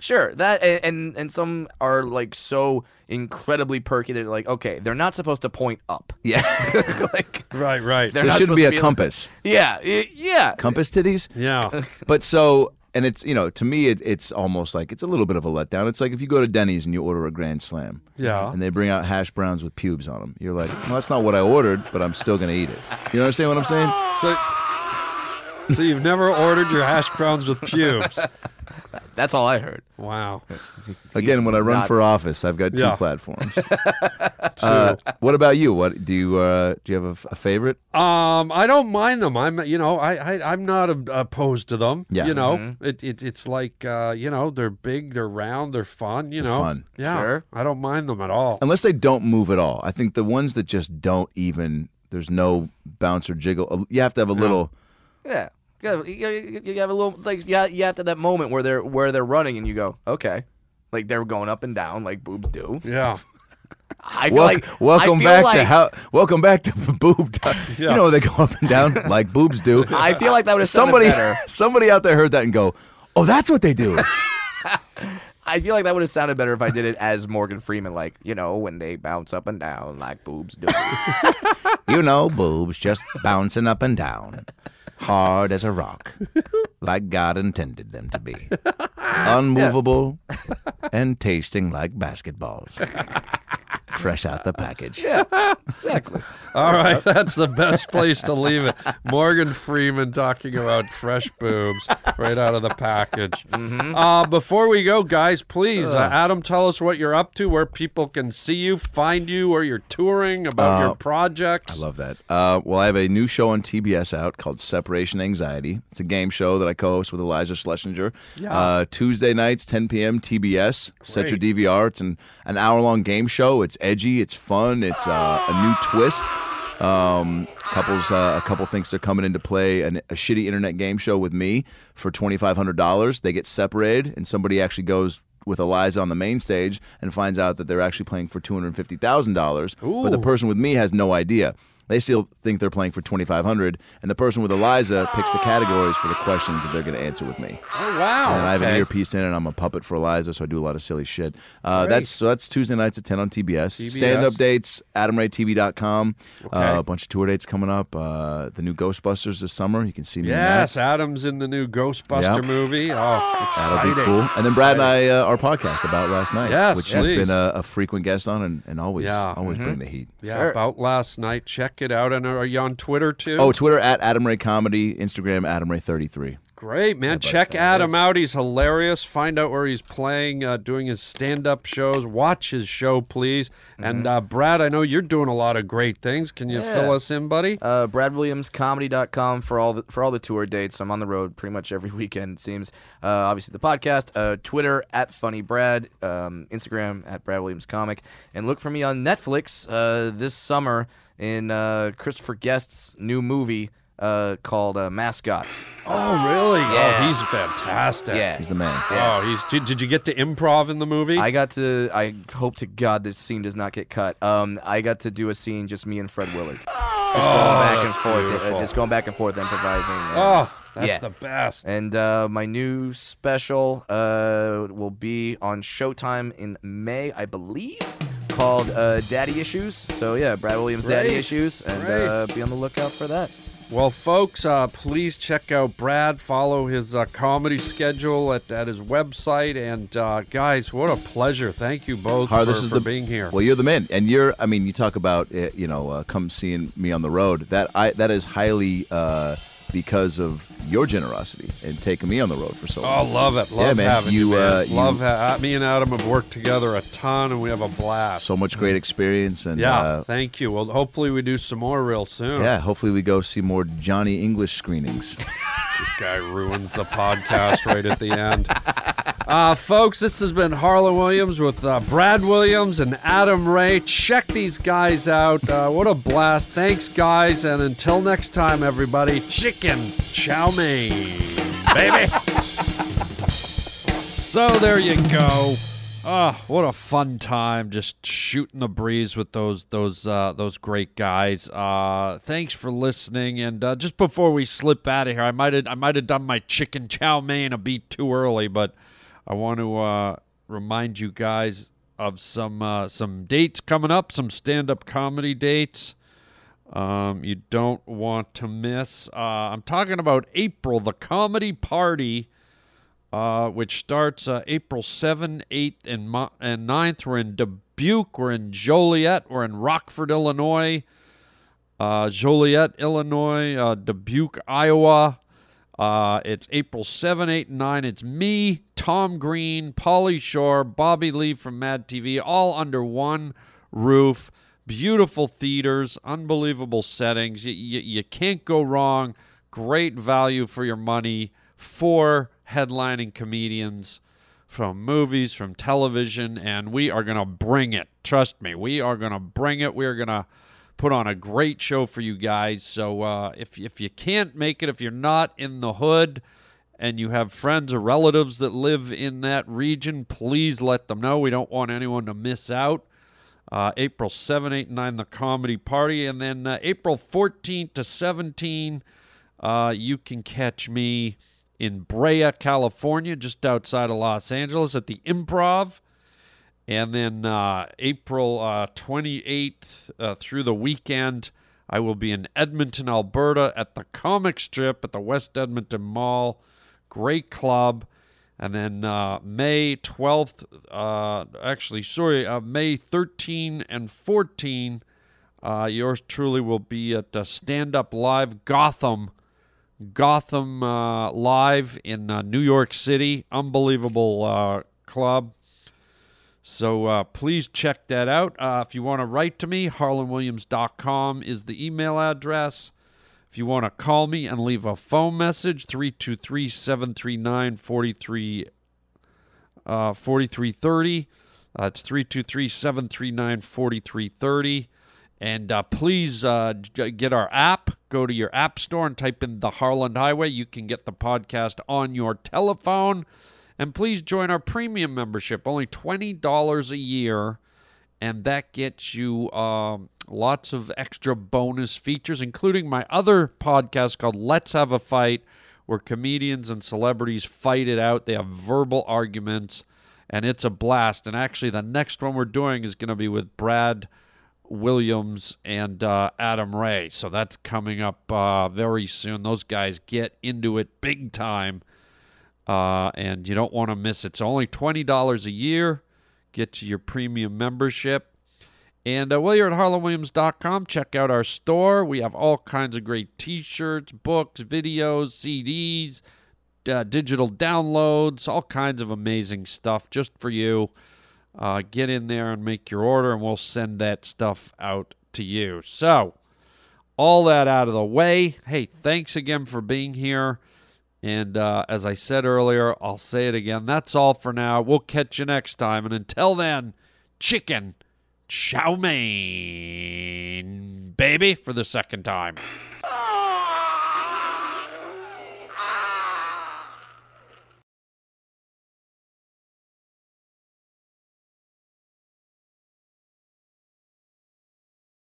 [SPEAKER 3] Sure, that a- and and some are like so incredibly perky. They're like, okay, they're not supposed to point up.
[SPEAKER 4] yeah,
[SPEAKER 3] like,
[SPEAKER 1] Right, right.
[SPEAKER 3] They're
[SPEAKER 4] there
[SPEAKER 3] not supposed
[SPEAKER 4] shouldn't be
[SPEAKER 3] to
[SPEAKER 4] a
[SPEAKER 3] be like-
[SPEAKER 4] compass.
[SPEAKER 3] yeah, i- yeah,
[SPEAKER 4] compass titties.
[SPEAKER 1] yeah.
[SPEAKER 4] But so and it's you know to me it, it's almost like it's a little bit of a letdown. It's like if you go to Denny's and you order a grand slam.
[SPEAKER 1] Yeah.
[SPEAKER 4] And they bring out hash browns with pubes on them. You're like, well, that's not what I ordered, but I'm still gonna eat it. You understand what I'm saying?
[SPEAKER 1] So, so you've never ordered your hash browns with pubes.
[SPEAKER 3] that's all I heard.
[SPEAKER 1] Wow.
[SPEAKER 4] Again, when I run
[SPEAKER 3] not-
[SPEAKER 4] for office, I've got two
[SPEAKER 1] Yeah.
[SPEAKER 4] platforms. Uh, what about you? What do you uh, do? You have a f- a, favorite?
[SPEAKER 1] Um, I don't mind them. I'm, you know, I, I I'm not ob- opposed to them.
[SPEAKER 4] Yeah.
[SPEAKER 1] You know, it, it it's like, uh, you know, they're big, they're round, they're fun. You know,
[SPEAKER 4] fun.
[SPEAKER 1] Yeah.
[SPEAKER 3] Sure.
[SPEAKER 1] I don't mind them at all.
[SPEAKER 4] unless they don't move at all. I think the ones that just don't even there's no bounce or jiggle. Uh, You have to have a little.
[SPEAKER 3] Yeah, yeah, you, you- you have a little like yeah, you have to that moment where they're where they're running and you go, okay, like they're going up and down like boobs do.
[SPEAKER 1] Yeah.
[SPEAKER 5] I feel
[SPEAKER 4] Wel-
[SPEAKER 5] like
[SPEAKER 4] welcome
[SPEAKER 5] I feel
[SPEAKER 4] back
[SPEAKER 5] like,
[SPEAKER 4] to how. Welcome back to boob. Down.
[SPEAKER 1] Yeah.
[SPEAKER 4] You know they go up and down like boobs do.
[SPEAKER 5] I feel like that would have
[SPEAKER 4] somebody,
[SPEAKER 5] sounded better.
[SPEAKER 4] somebody out there heard that and go, "Oh, that's what they do."
[SPEAKER 3] I feel like that would have sounded better if I did it as Morgan Freeman, like you know when they bounce up and down like boobs do.
[SPEAKER 4] you know, boobs just bouncing up and down, hard as a rock, like God intended them to be, unmovable, and tasting like basketballs, fresh out the package.
[SPEAKER 1] All right, that's the best place to leave it. Morgan Freeman talking about fresh boobs right out of the package. Uh, before we go, guys, please, uh, Adam, tell us what you're up to, where people can see you, find you, where you're touring, about your projects.
[SPEAKER 4] Uh, I love that. Uh, well, I have a new show on TBS out called Separation Anxiety. It's a game show that I co-host with Eliza Schlesinger. Uh, Tuesday nights, 10 p.m. TBS. Set your DVR. It's an, an hour-long game show. It's edgy. It's fun. It's uh, a new twist. Um, couples, uh, a couple thinks they're coming in to play an, a shitty internet game show with me for twenty five hundred dollars. They get separated, and somebody actually goes with Eliza on the main stage and finds out that they're actually playing for two hundred fifty thousand dollars. But the person with me has no idea. They still think they're playing for twenty five hundred, and the person with Eliza picks the categories for the questions that they're going to answer with me.
[SPEAKER 1] oh, wow.
[SPEAKER 4] And I have an
[SPEAKER 1] okay.
[SPEAKER 4] earpiece in, and I'm a puppet for Eliza, so I do a lot of silly shit. Uh, that's so that's Tuesday nights at 10 on TBS.
[SPEAKER 1] TBS.
[SPEAKER 4] Stand up dates, AdamRayTV.com.
[SPEAKER 1] Okay.
[SPEAKER 4] Uh, a bunch of tour dates coming up. Uh, the new Ghostbusters this summer. You can see me. in that.
[SPEAKER 1] Yes, Adam's in the new Ghostbuster
[SPEAKER 4] Yep.
[SPEAKER 1] movie.
[SPEAKER 3] Ah.
[SPEAKER 1] Oh,
[SPEAKER 4] That'll
[SPEAKER 1] exciting.
[SPEAKER 4] be cool. And then Brad and I, uh, our podcast about last night,
[SPEAKER 1] Yes,
[SPEAKER 4] which
[SPEAKER 1] please.
[SPEAKER 4] you've been a, a frequent guest on, and, and always
[SPEAKER 1] Yeah.
[SPEAKER 4] always bring the heat.
[SPEAKER 1] Yeah, about last night. Check it out. And are you on Twitter too?
[SPEAKER 4] Oh, Twitter at Adam Ray Comedy, Instagram Adam Ray 33.
[SPEAKER 1] Great, man. Check Adam out. He's hilarious. Find out where he's playing, uh, doing his stand up shows. Watch his show, please.
[SPEAKER 4] Mm-hmm.
[SPEAKER 1] And uh, Brad, I know you're doing a lot of great things. Can you fill us in, buddy?
[SPEAKER 3] Uh, BradWilliamsComedy.com for all the for all the tour dates. I'm on the road pretty much every weekend. It seems. Uh, obviously the podcast, uh, Twitter at Funny Brad, um, Instagram at Brad Williams Comic, and look for me on Netflix uh, this summer in uh, Christopher Guest's new movie uh, called uh, Mascots.
[SPEAKER 1] oh, really? Oh,
[SPEAKER 3] yeah.
[SPEAKER 1] he's fantastic.
[SPEAKER 3] Yeah,
[SPEAKER 4] He's the man.
[SPEAKER 1] Oh, he's. Did, did you get to improv in the movie?
[SPEAKER 3] I got to. I hope to God this scene does not get cut. Um, I got to do a scene just me and Fred Willard, just going back and
[SPEAKER 1] Oh, that's
[SPEAKER 3] forth,
[SPEAKER 1] beautiful.
[SPEAKER 3] uh, just going back and forth improvising. and-
[SPEAKER 1] oh, that's
[SPEAKER 3] Yeah.
[SPEAKER 1] the best.
[SPEAKER 3] And uh, my new special uh, will be on Showtime in May, I believe, called uh, Daddy Issues. So yeah, Brad Williams' Daddy
[SPEAKER 1] Great.
[SPEAKER 3] Issues, and
[SPEAKER 1] Great.
[SPEAKER 3] uh, be on the lookout for that.
[SPEAKER 1] Well, folks, uh, please check out Brad. Follow his uh, comedy schedule at, at his website. And uh, guys, what a pleasure! Thank you both
[SPEAKER 4] Har,
[SPEAKER 1] for,
[SPEAKER 4] this is
[SPEAKER 1] for
[SPEAKER 4] the
[SPEAKER 1] being here.
[SPEAKER 4] Well, you're the man, and you're. I mean, you talk about uh, you know, uh, come seeing me on the road. That I that is highly uh, because of your generosity and taking me on the road for so
[SPEAKER 1] Oh,
[SPEAKER 4] long.
[SPEAKER 1] love it. Love
[SPEAKER 4] Yeah, man,
[SPEAKER 1] having you,
[SPEAKER 4] you,
[SPEAKER 1] man.
[SPEAKER 4] uh, you-
[SPEAKER 1] love ha- me and Adam have worked together a ton, and we have a blast.
[SPEAKER 4] So much great experience, and
[SPEAKER 1] yeah,
[SPEAKER 4] uh,
[SPEAKER 1] thank you. Well, hopefully we do some more real soon.
[SPEAKER 4] yeah. Hopefully, we go see more Johnny English screenings.
[SPEAKER 1] guy ruins the podcast right at the end. Uh, folks, this has been Harlan Williams with uh, Brad Williams and Adam Ray. Check these guys out. Uh, what a blast. Thanks, guys. And until next time, everybody, chicken chow mein, baby. so there you go. Ah, what a fun time just shooting the breeze with those those uh, those great guys. Uh, thanks for listening. And uh, just before we slip out of here, I might have I might have done my chicken chow mein a beat too early, but I want to uh, remind you guys of some uh, some dates coming up, some stand up comedy dates. Um, you don't want to miss. Uh, I'm talking about April, the comedy party uh, which starts uh, April 7th, 8th, and, mo- and 9th. We're in Dubuque, we're in Joliet, we're in Rockford, Illinois, uh, Joliet, Illinois, uh, Dubuque, Iowa. Uh, it's April 7, 8, and 9. It's me, Tom Green, Polly Shore, Bobby Lee from Mad TV, all under one roof. Beautiful theaters, unbelievable settings. You, you, you can't go wrong. Great value for your money. Four headlining comedians from movies, from television, and we are going to bring it. Trust me, we are going to bring it. We are going to put on a great show for you guys. So uh, if, if you can't make it, if you're not in the hood and you have friends or relatives that live in that region, please let them know. We don't want anyone to miss out. Uh, April 7, 8, 9, the comedy party. And then uh, April 14 to 17, uh, you can catch me in Brea, California, just outside of Los Angeles at the Improv. And then uh, April uh, 28th uh, through the weekend, I will be in Edmonton, Alberta at the Comic Strip at the West Edmonton Mall. Great club. And then uh, May 12th, uh, actually, sorry, uh, May 13 and 14, uh, yours truly will be at uh, Stand Up Live Gotham. Gotham uh, Live in uh, New York City. Unbelievable uh, club. So uh, please check that out. Uh, if you want to write to me, harlanwilliams.com is the email address. If you want to call me and leave a phone message, 323 739 Uh, 4330. Uh, It's 323 739 4330. And uh, please uh, j- get our app. Go to your app store and type in the Harland Highway. You can get the podcast on your telephone. And please join our premium membership, only $20 a year. And that gets you um, lots of extra bonus features, including my other podcast called Let's Have a Fight, where comedians and celebrities fight it out. They have verbal arguments, and it's a blast. And actually, the next one we're doing is going to be with Brad. Williams and uh, Adam Ray. So that's coming up uh, very soon. Those guys get into it big time, uh, and you don't want to miss it. It's only $20 a year. Get you your premium membership. And uh, while you're at harlowwilliams.com, check out our store. We have all kinds of great t shirts, books, videos, CDs, uh, digital downloads, all kinds of amazing stuff just for you uh, get in there and make your order, and we'll send that stuff out to you. So, all that out of the way. Hey, thanks again for being here. And uh, as I said earlier, I'll say it again. That's all for now. We'll catch you next time. And until then, chicken chow mein, baby, for the second time.